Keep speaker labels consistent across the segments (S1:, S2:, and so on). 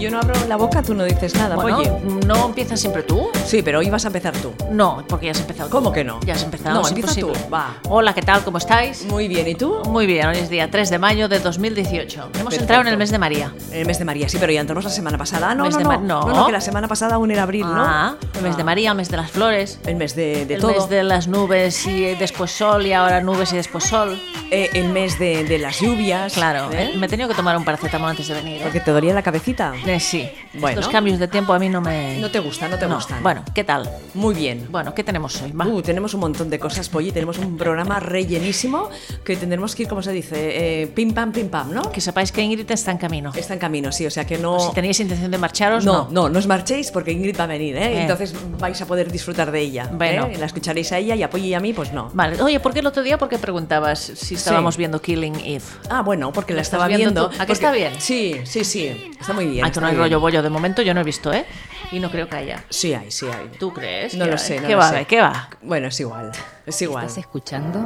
S1: yo no abro la boca, tú no dices nada.
S2: Bueno,
S1: Oye,
S2: ¿no empiezas siempre tú?
S1: sí, pero hoy vas a empezar tú.
S2: No, porque ya has empezado tú.
S1: ¿Cómo que no?
S2: Ya has empezado.
S1: No,
S2: es
S1: empieza
S2: imposible.
S1: tú, va.
S2: Hola, ¿qué tal? ¿Cómo estáis?
S1: Muy bien, ¿y tú?
S2: Muy bien, hoy es día 3 de mayo de 2018. Hemos
S1: Perfecto.
S2: entrado en el mes de María.
S1: El mes de María, sí, pero ya entramos la semana pasada. Ah, No,
S2: Mes
S1: no,
S2: de
S1: no.
S2: Mar-
S1: no.
S2: no.
S1: no, que la semana pasada aún era abril, ¿no?
S2: Ah, el mes de
S1: Ah,
S2: María, el mes de las flores,
S1: El mes de, de
S2: el
S1: todo.
S2: mes de las nubes y eh, después sol y ahora nubes y después sol.
S1: Eh, el mes de, de las lluvias.
S2: Claro,
S1: ¿eh?
S2: me he tenido que tomar un paracetamol antes de venir. ¿eh?
S1: Porque te dolía la cabecita.
S2: Eh, sí,
S1: Bueno.
S2: estos cambios de tiempo a mí no me...
S1: No te gusta, no te
S2: No.
S1: gustan.
S2: Bueno, ¿qué tal?
S1: Muy bien.
S2: Bueno, ¿qué tenemos hoy? Va.
S1: Uh, tenemos un montón de cosas, Polly. Tenemos un programa rellenísimo que tendremos que ir, como se dice, eh, pim pam, pim pam, ¿no?
S2: Que sepáis que Ingrid está en camino.
S1: Está en camino, sí, o sea que no.
S2: Si teníais intención de marcharos,
S1: No, no, no os marchéis porque Ingrid va a venir, ¿eh?
S2: Eh.
S1: Entonces vais a poder disfrutar de ella.
S2: Bueno.
S1: ¿eh? La escucharéis a ella y apoye a mí, pues no.
S2: Vale, oye, ¿por qué el otro día? Porque preguntabas si estábamos
S1: Sí.
S2: viendo Killing Eve.
S1: Ah, bueno, porque la
S2: ¿La estás
S1: estaba
S2: viendo
S1: viendo.
S2: tú? ¿A
S1: porque-
S2: que está bien?
S1: Sí, sí, sí. Está muy bien.
S2: Ah, que
S1: está
S2: no hay
S1: muy bien.
S2: rollo bollo de momento, yo no he visto, ¿eh? Y no creo que haya.
S1: Sí hay, sí hay.
S2: ¿Tú crees?
S1: No
S2: que
S1: lo
S2: hay?
S1: sé, no
S2: ¿Qué
S1: lo
S2: va,
S1: sé.
S2: ¿Qué va?
S1: Bueno, es igual. Es igual.
S3: Estás escuchando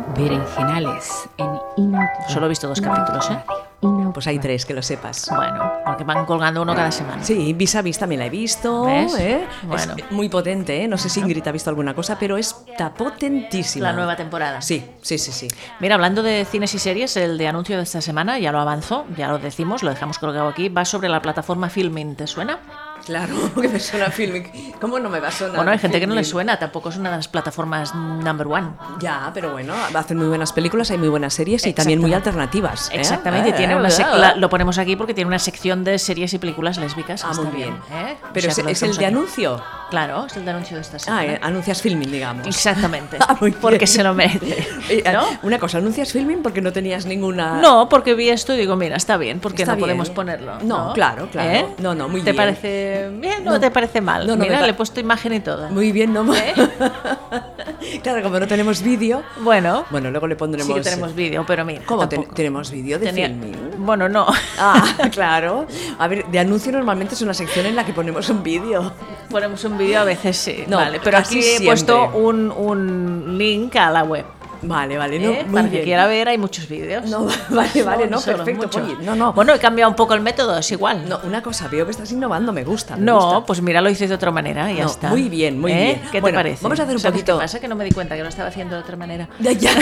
S3: Berenjenales en Inaudito.
S2: Solo he visto dos capítulos, ¿eh?
S3: Inaudito.
S1: Pues hay tres, que lo sepas.
S2: Bueno, porque van colgando uno cada semana.
S1: Sí, vis a vis también la he visto.
S2: ¿Ves?
S1: ¿eh?
S2: Bueno.
S1: Es muy potente, ¿eh? No sé si Ingrid ha visto alguna cosa, pero está potentísima.
S2: La nueva temporada.
S1: Sí, sí, sí, sí.
S2: Mira, hablando de cines y series, el de anuncio de esta semana, ya lo avanzó, ya lo decimos, lo dejamos colgado aquí, va sobre la plataforma Filmin, ¿te suena?
S1: Claro, que me suena filmic. ¿Cómo no me va a sonar?
S2: Bueno, hay gente que no le
S1: Filmic?
S2: suena, tampoco es una de las plataformas number one.
S1: Ya, pero bueno, hacen muy buenas películas, hay muy buenas series y también muy alternativas. ¿eh?
S2: Exactamente,
S1: Ah,
S2: tiene
S1: ah,
S2: una
S1: ah,
S2: sec-
S1: ah.
S2: la- lo ponemos aquí porque tiene una sección de series y películas lésbicas. que
S1: Ah, muy
S2: está
S1: bien.
S2: ¿eh?
S1: Pero
S2: O sea,
S1: es,
S2: que lo
S1: es el
S2: dejamos
S1: de
S2: aquí.
S1: anuncio.
S2: Claro, es el de anuncio de esta
S1: Ah,
S2: semana.
S1: eh, anuncias filming, digamos.
S2: Exactamente,
S1: Ah, muy bien.
S2: porque se lo merece.
S1: Eh, ah,
S2: ¿no?
S1: Una cosa, anuncias filming porque no tenías ninguna.
S2: No, porque vi esto y digo, mira, está bien, porque
S1: Está
S2: no
S1: bien. eh".
S2: podemos ponerlo.
S1: No,
S2: No,
S1: claro, claro.
S2: ¿Eh?
S1: No, no, muy
S2: ¿Te
S1: bien.
S2: parece bien o
S1: No.
S2: te parece mal?
S1: No, no, me
S2: mira,
S1: pa-
S2: le he puesto imagen y todo.
S1: Muy bien, no
S2: ¿Eh?
S1: Claro, como no tenemos vídeo.
S2: Bueno,
S1: Bueno, luego le pondremos.
S2: sí que tenemos vídeo, pero mira.
S1: ¿Cómo te-
S2: tampoco.
S1: tenemos vídeo de
S2: Tenía-
S1: filming?
S2: Bueno, no.
S1: Ah, claro. A ver, de anuncio normalmente es una sección en la que ponemos un vídeo.
S2: Ponemos un vídeo a veces sí.
S1: No,
S2: vale, pero
S1: casi
S2: aquí
S1: siempre.
S2: he puesto un, un link a la web.
S1: Vale, vale, no,
S2: ¿eh?
S1: muy
S2: Para
S1: bien.
S2: que quiera ver, hay muchos vídeos.
S1: No, vale, vale, no,
S2: solo,
S1: perfecto,
S2: muchos.
S1: Polly, no, no.
S2: Bueno, he cambiado un poco el método, es igual.
S1: No, una cosa, veo que estás innovando, me gusta. me
S2: No,
S1: gusta.
S2: pues mira, lo hice de otra manera y ya
S1: No,
S2: está.
S1: muy bien, muy
S2: ¿Eh?
S1: bien.
S2: ¿Qué
S1: Bueno,
S2: te parece?
S1: vamos a hacer un
S2: ¿Sabes
S1: poquito-
S2: qué pasa? Que no me di cuenta que lo estaba haciendo de otra manera.
S1: Ya, ya.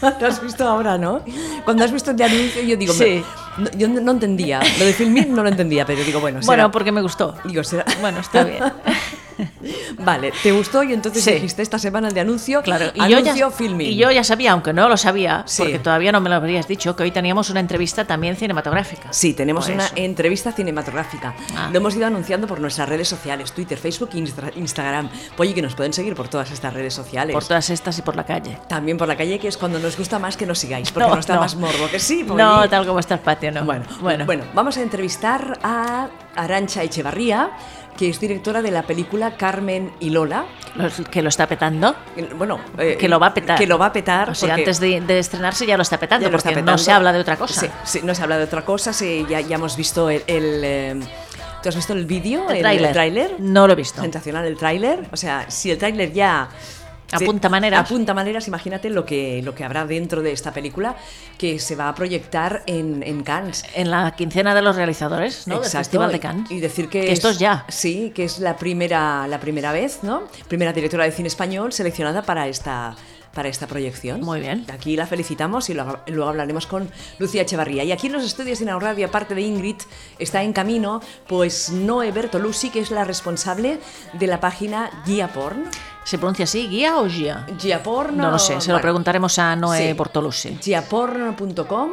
S1: Lo has visto ahora, ¿no? Cuando has visto el de anuncio, yo digo,
S2: Sí.
S1: me- no- yo no entendía. Lo de filming no lo entendía, pero digo, bueno, será.
S2: Bueno, porque me gustó.
S1: Digo, será.
S2: Bueno, está bien.
S1: Vale, te gustó y entonces
S2: Sí.
S1: dijiste esta semana el de anuncio.
S2: Claro, y yo,
S1: anuncio
S2: ya,
S1: filming.
S2: y yo ya sabía, aunque no lo sabía,
S1: Sí.
S2: porque todavía no me lo habrías dicho, que hoy teníamos una entrevista también cinematográfica.
S1: Sí, tenemos
S2: Por
S1: una
S2: eso.
S1: entrevista cinematográfica.
S2: Ah.
S1: Lo hemos ido anunciando por nuestras redes sociales, Twitter, Facebook, Instra- Instagram. Oye, que nos pueden seguir por todas estas redes sociales.
S2: Por todas estas y por la calle.
S1: También por la calle, que es cuando nos gusta más que nos sigáis, porque
S2: No,
S1: nos da
S2: no.
S1: más morbo. Que sí, Poli.
S2: No, tal como está el patio, no.
S1: Bueno, bueno.
S2: bueno.
S1: vamos a entrevistar a Arancha Echevarría, que es directora de la película Carmen y Lola.
S2: Los- que lo está petando.
S1: Bueno, eh,
S2: Que lo va a petar.
S1: Que lo va a petar.
S2: O sea,
S1: porque
S2: antes de, de estrenarse ya lo está petando,
S1: ya lo
S2: porque
S1: está
S2: no
S1: petando.
S2: se habla de otra cosa.
S1: Sí, sí, no se habla de otra cosa. sí, ya, ya hemos visto el. el, eh, ¿Tú has visto el vídeo?
S2: El tráiler.
S1: tráiler?
S2: No lo he visto.
S1: Sensacional el tráiler. O sea, si el tráiler ya... se-
S2: Apunta maneras.
S1: Apunta maneras, imagínate lo que, lo que habrá dentro de esta película que se va a proyectar en, en Cannes.
S2: En la quincena de los realizadores, ¿no? Del
S1: Exacto,
S2: Festival de
S1: y-
S2: Cannes.
S1: Y decir que,
S2: esto es ya.
S1: Sí, que es la primera, la primera vez, ¿no? Primera directora de cine español seleccionada para esta, para esta proyección.
S2: Muy bien.
S1: Aquí la felicitamos y luego, luego hablaremos con Lucía Echevarría. Y aquí en los estudios de Inaurrad y aparte de Ingrid, está en camino pues Noe Bertolucci, que es la responsable de la página Guía Porn.
S2: ¿Se pronuncia así, guía o guía?
S1: Gia Porn,
S2: No, lo sé, se lo
S1: bueno,
S2: preguntaremos a Noé
S1: sí.
S2: Bortolucci.
S1: Giaporn.com.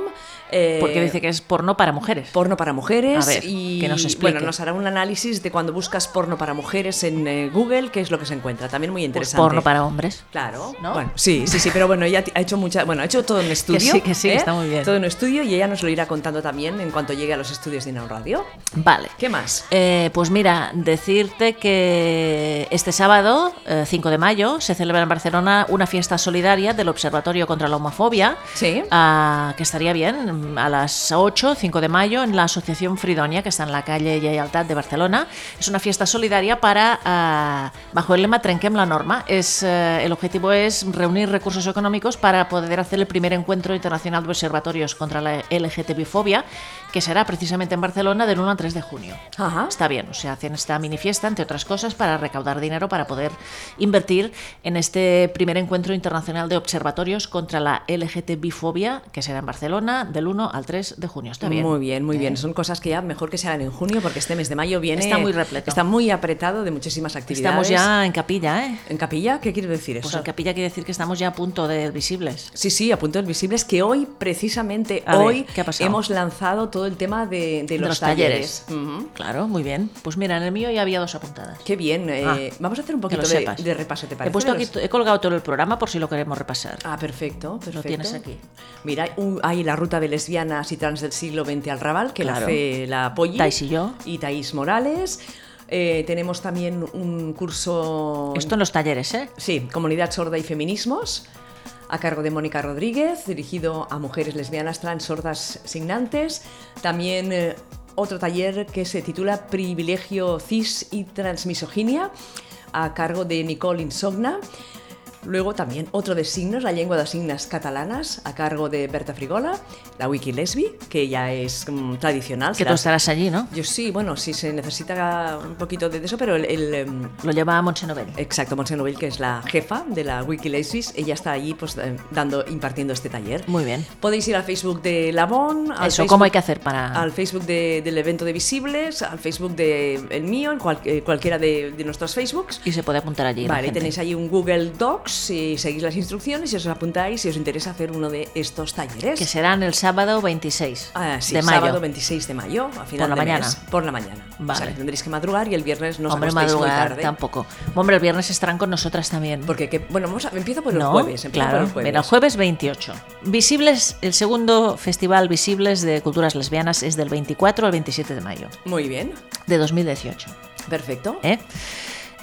S1: eh,
S2: Porque dice que es porno para mujeres.
S1: porno para mujeres
S2: A ver,
S1: y
S2: que nos explique.
S1: bueno nos hará un análisis de cuando buscas porno para mujeres en eh, Google qué es lo que se encuentra también muy
S2: Pues
S1: interesante
S2: porno para hombres.
S1: claro
S2: ¿no?
S1: bueno sí sí sí pero bueno ella ti- ha hecho mucha bueno ha hecho todo un estudio ¿eh?
S2: sí, que sí, está muy bien.
S1: todo un estudio y ella nos lo irá contando también en cuanto llegue a los estudios de Inau Radio
S2: Vale.
S1: qué más
S2: Eh, pues mira, decirte que este sábado, eh, 5 de mayo, se celebra en Barcelona una fiesta solidaria del Observatorio contra la Homofobia,
S1: Sí.
S2: ah, que estaría bien, a las 8, 5 de mayo, en la Asociación Fridonia, que está en la calle Lleialtat de Barcelona. Es una fiesta solidaria para, ah, bajo el lema Trenquem la norma. Es, eh, el objetivo es reunir recursos económicos para poder hacer el primer encuentro internacional de observatorios contra la LGTBI-fobia, que que será precisamente en Barcelona del 1 al 3 de junio.
S1: Ajá.
S2: Está bien, o sea, hacen esta mini fiesta, entre otras cosas, para recaudar dinero para poder invertir en este primer encuentro internacional de observatorios contra la LGTB-fobia, que será en Barcelona del 1 al 3 de junio. Está bien. Eh.
S1: Muy bien, muy bien. Son cosas que ya mejor que se hagan en junio porque este mes de mayo viene.
S2: Está muy repleto.
S1: Está muy apretado de muchísimas actividades.
S2: Estamos ya en capilla, ¿eh?
S1: ¿En capilla? ¿Qué quiere decir eso?
S2: Pues en capilla quiere decir que estamos ya a punto de visibles.
S1: Sí, sí, a puntos visibles que hoy, precisamente
S2: A ver,
S1: hoy,
S2: ¿qué ha pasado?
S1: hemos lanzado todo el tema de, de los, talleres. Ujú.
S2: Claro, muy bien. Pues mira, en el mío ya había dos apuntadas.
S1: Qué bien. eh,
S2: Ah,
S1: vamos a hacer un
S2: que
S1: poquito
S2: lo
S1: de,
S2: sepas.
S1: de repaso, ¿te parece?
S2: He, puesto
S1: de
S2: aquí,
S1: los-
S2: he colgado todo el programa por si lo queremos repasar.
S1: Ah, perfecto, perfecto.
S2: tienes aquí.
S1: Mira, un- hay la ruta de lesbianas y trans del siglo XX al Raval, que la
S2: Claro.
S1: hace la Polly.
S2: Thais y yo.
S1: Y Thais Morales. Eh, tenemos también un curso...
S2: Esto en los talleres, ¿eh?
S1: Sí, Comunidad Sorda y Feminismos, a cargo de Mónica Rodríguez, dirigido a mujeres lesbianas, trans, sordas, signantes. También eh, otro taller que se titula Privilegio cis y transmisoginia, a cargo de Nicole Insogna. Luego también otro de signos, la lengua de signos catalanas, a cargo de Berta Frigola, la wiki lesbi, que ya es mm, tradicional.
S2: Que
S1: será-
S2: tú estarás allí, ¿no?
S1: Yo sí, bueno, sí se necesita un poquito de eso, pero el- el, em,
S2: Lo lleva a Montse Novell.
S1: Exacto, Montse Novell, que es la jefa de la Wikileaks, ella está allí pues, eh, dando, impartiendo este taller.
S2: Muy bien.
S1: Podéis ir al Facebook de Labón, al
S2: Eso,
S1: Facebook-
S2: ¿cómo hay que hacer para...?
S1: al Facebook de- del evento de Visibles, al Facebook de el mío, en cual- eh, cualquiera de, de nuestros Facebooks.
S2: Y se puede apuntar allí. la
S1: Vale,
S2: gente.
S1: tenéis ahí un Google Docs y seguís las instrucciones y os apuntáis si os interesa hacer uno de estos talleres.
S2: Que serán el sábado 26
S1: Ah, sí,
S2: de mayo.
S1: sábado 26 de mayo, a final
S2: la
S1: de
S2: mañana.
S1: mes, por la mañana. O sea,
S2: Vale.
S1: que tendréis que madrugar y el viernes no os
S2: Hombre,
S1: acostéis muy
S2: madrugar
S1: tarde.
S2: tampoco. Hombre, el viernes estarán con nosotras también.
S1: Porque, que- bueno, vamos a, empiezo por el
S2: no,
S1: jueves. empiezo
S2: claro.
S1: por el jueves.
S2: Mira, jueves 28. Visibles, el segundo festival Visibles de Culturas Lesbianas es del 24 al 27 de mayo
S1: Muy bien,
S2: de 2018.
S1: perfecto.
S2: ¿eh?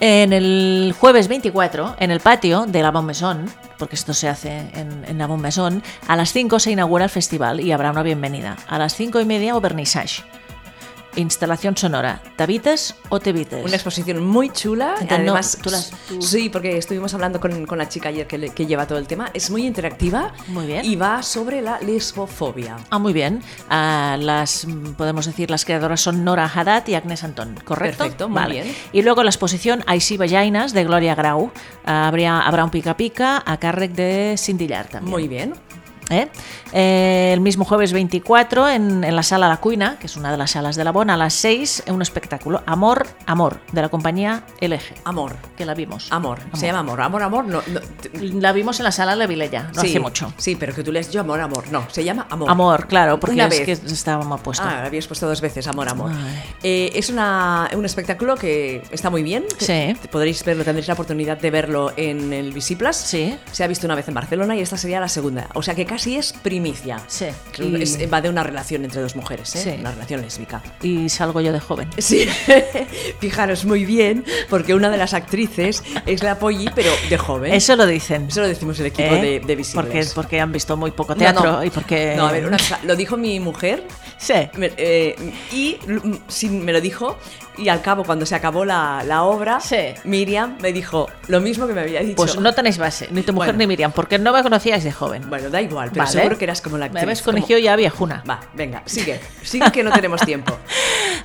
S2: En el jueves 24, en el patio de la Bonmesón, porque esto se hace en, en la Bonmesón, a las 5 se inaugura el festival y habrá una bienvenida. A las 5 y media, o vernissage. Instalación sonora. ¿Tabites o tebites?
S1: Una exposición muy chula.
S2: Entonces,
S1: Además,
S2: no, tú las- tú-
S1: sí, porque estuvimos hablando con, con la chica ayer que, le- que lleva todo el tema. Es muy interactiva.
S2: Muy bien.
S1: Y va sobre la lesbofobia.
S2: Ah, muy bien. Ah, las, mm, podemos decir, las creadoras son Nora Haddad y Agnes Antón, ¿correcto?
S1: Perfecto, muy
S2: Vale.
S1: bien.
S2: Y luego la exposición I See Vaginas de Gloria Grau. Ah, habría, habrá un pica-pica a cargo de Cintillar también.
S1: Muy bien.
S2: ¿eh? Eh, el mismo jueves 24 en, en la sala La Cuina, que es una de las salas de la Bona, a las 6, un espectáculo, Amor, Amor, de la compañía LG,
S1: Amor.
S2: que la vimos.
S1: Amor. Se llama amor. Amor, amor. No, no, t-
S2: La vimos en la sala de la Vilella, no
S1: sí,
S2: hace mucho.
S1: Sí, pero que tú le has dicho amor, amor. No, se llama amor.
S2: Amor, claro, porque
S1: Una
S2: es
S1: vez.
S2: que estábamos puestos.
S1: Ah, lo habías puesto dos veces, amor, amor.
S2: Ay.
S1: Eh, es una- un espectáculo que está muy bien.
S2: Sí.
S1: Podréis verlo, tendréis la oportunidad de verlo en el Visiplas.
S2: Sí.
S1: Se ha visto una vez en Barcelona y esta sería la segunda. O sea que casi es primicia.
S2: Sí.
S1: Que es- eh, va de una relación entre dos mujeres, ¿eh?
S2: Sí.
S1: Una relación lésbica.
S2: Y salgo yo de joven.
S1: Sí, fijaros muy bien, porque una de las actrices es la Polly, pero de joven.
S2: Eso lo dicen.
S1: Eso lo decimos el equipo
S2: ¿eh?
S1: de, de
S2: Porque,
S1: Visibles.
S2: porque han visto muy poco
S1: No,
S2: teatro
S1: no.
S2: y porque...
S1: No, a ver, una cosa, lo dijo mi mujer,
S2: Sí.
S1: me- eh, y mm, sí, me lo dijo, y al cabo, cuando se acabó la, la obra,
S2: Sí.
S1: Miriam me dijo lo mismo que me había dicho.
S2: Pues no tenéis base, ni tu mujer
S1: Bueno.
S2: ni Miriam, porque no me conocíais de joven.
S1: Bueno, da igual, pero
S2: Vale.
S1: seguro que eras como la
S2: Me
S1: actriz.
S2: habéis
S1: como-
S2: conocido ya viejuna.
S1: Va, venga, sigue, sigue que no tenemos tiempo.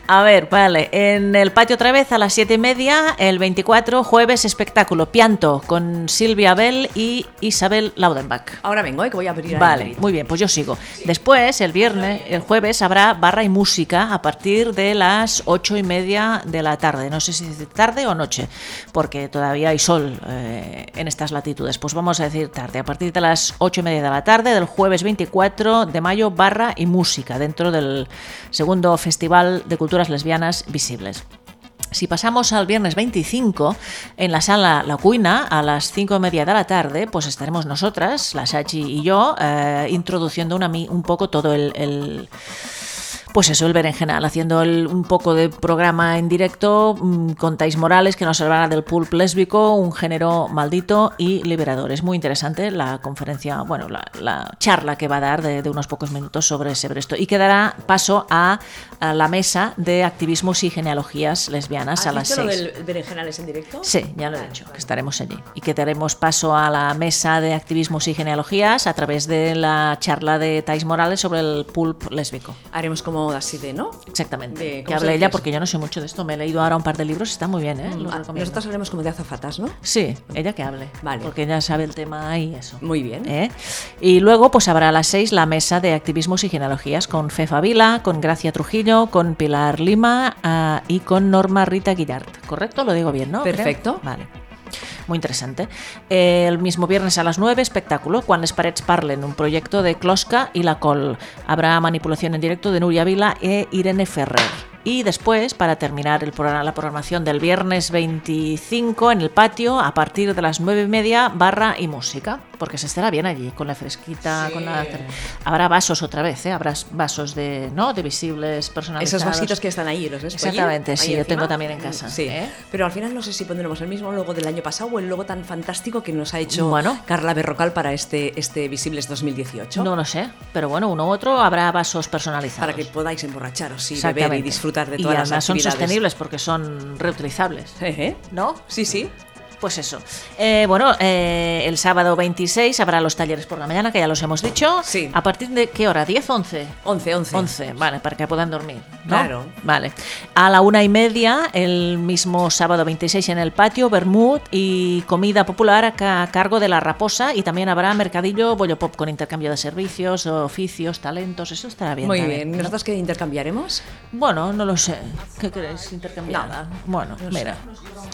S2: A ver, vale. En el patio otra vez a las siete y media, el 24, jueves, espectáculo Pianto con Silvia Bell y Isabel Laudenbach.
S1: Ahora vengo, eh, que voy a abrir ahí
S2: Vale,
S1: el-
S2: muy bien, pues yo sigo. Después, el viernes, el jueves, habrá barra y música a partir de las ocho y media de la tarde. No sé si es tarde o noche, porque todavía hay sol eh, en estas latitudes. Pues vamos a decir tarde, a partir de las ocho y media de la tarde del jueves 24 de mayo, barra y música, dentro del segundo Festival de Culturas Lesbianas Visibles. Si pasamos al viernes 25, en la sala La Cuina, a las 5 y media de la tarde, pues estaremos nosotras, la Sachi y yo, eh, introduciendo una mi- un poco todo el, el- Pues eso, el berenjenal, haciendo el- un poco de programa en directo mm, con Tais Morales, que nos hablará del pulp lésbico, un género maldito y liberador. Es muy interesante la conferencia, bueno, la, la charla que va a dar de, de unos pocos minutos sobre, sobre esto. Y que dará paso a, a la mesa de activismos y genealogías lesbianas
S1: ¿Has
S2: a las
S1: visto
S2: 6.
S1: lo del berenjenales en directo?
S2: Sí, ya lo he dicho, que estaremos allí y que daremos paso a la mesa de activismos y genealogías a través de la charla de Tais Morales sobre el pulp lésbico.
S1: Haremos como como así de, ¿no?
S2: Exactamente.
S1: De-
S2: que
S1: ¿cómo se
S2: hable
S1: dice
S2: ella
S1: eso?
S2: porque yo no sé mucho de esto. Me he leído ahora un par de libros, está muy bien, ¿eh? Los
S1: Ah,
S2: recomiendo.
S1: Nosotros haremos como de azafatas, ¿no?
S2: Sí, ella que hable.
S1: Vale. Mm.
S2: Porque ella sabe el tema y eso.
S1: Muy bien.
S2: ¿Eh? Y luego, pues habrá a las seis la mesa de activismos y genealogías con Fefa Vila, con Gracia Trujillo, con Pilar Lima ah, y con Norma Rita Guillard. ¿Correcto? Lo digo bien, ¿no? Creo.
S1: Perfecto.
S2: Vale. Muy interesante. Eh, el mismo viernes a las 9, espectáculo, Quan les parets parlen, un proyecto de Closca y La Col. Habrá manipulación en directo de Nuria Vila e Irene Ferrer. Y después, para terminar el programa, la programación del viernes 25 en el patio, a partir de las 9 y media, barra y música, porque se estará bien allí, con la fresquita, con la... Habrá vasos otra vez, ¿eh? Habrá vasos de, ¿no? de visibles personalizados.
S1: Esos vasitos que están ahí, los ves por allí,
S2: Exactamente, sí,
S1: ahí
S2: yo
S1: encima.
S2: tengo también en casa,
S1: Sí,
S2: ¿eh?
S1: pero al final no sé si pondremos el mismo logo del año pasado o el logo tan fantástico que nos ha hecho
S2: Bueno.
S1: Carla Berrocal para este, este Visibles 2018.
S2: No lo sé, pero bueno, uno u otro habrá vasos personalizados.
S1: para que podáis emborracharos y beber y disfrutar de todas
S2: y
S1: las
S2: además son
S1: actividades.
S2: sostenibles porque son reutilizables.
S1: Ejé.
S2: ¿No?
S1: Sí, sí.
S2: Pues eso. Eh, bueno, eh, el sábado 26 habrá los talleres por la mañana, que ya los hemos dicho.
S1: Sí.
S2: ¿A partir de qué hora? ¿10, 11?
S1: 11, 11.
S2: 11, vale, para que puedan dormir. ¿no?
S1: Claro.
S2: Vale. A la una y media, el mismo sábado 26 en el patio, vermut y comida popular a ca- a cargo de la raposa y también habrá mercadillo bollo pop con intercambio de servicios, oficios, talentos, eso estará bien.
S1: Muy
S2: también,
S1: bien.
S2: ¿no?
S1: ¿Nosotros qué intercambiaremos?
S2: Bueno, no lo sé. ¿Qué queréis intercambiar?
S1: Nada.
S2: Bueno,
S1: No sé.
S2: mira.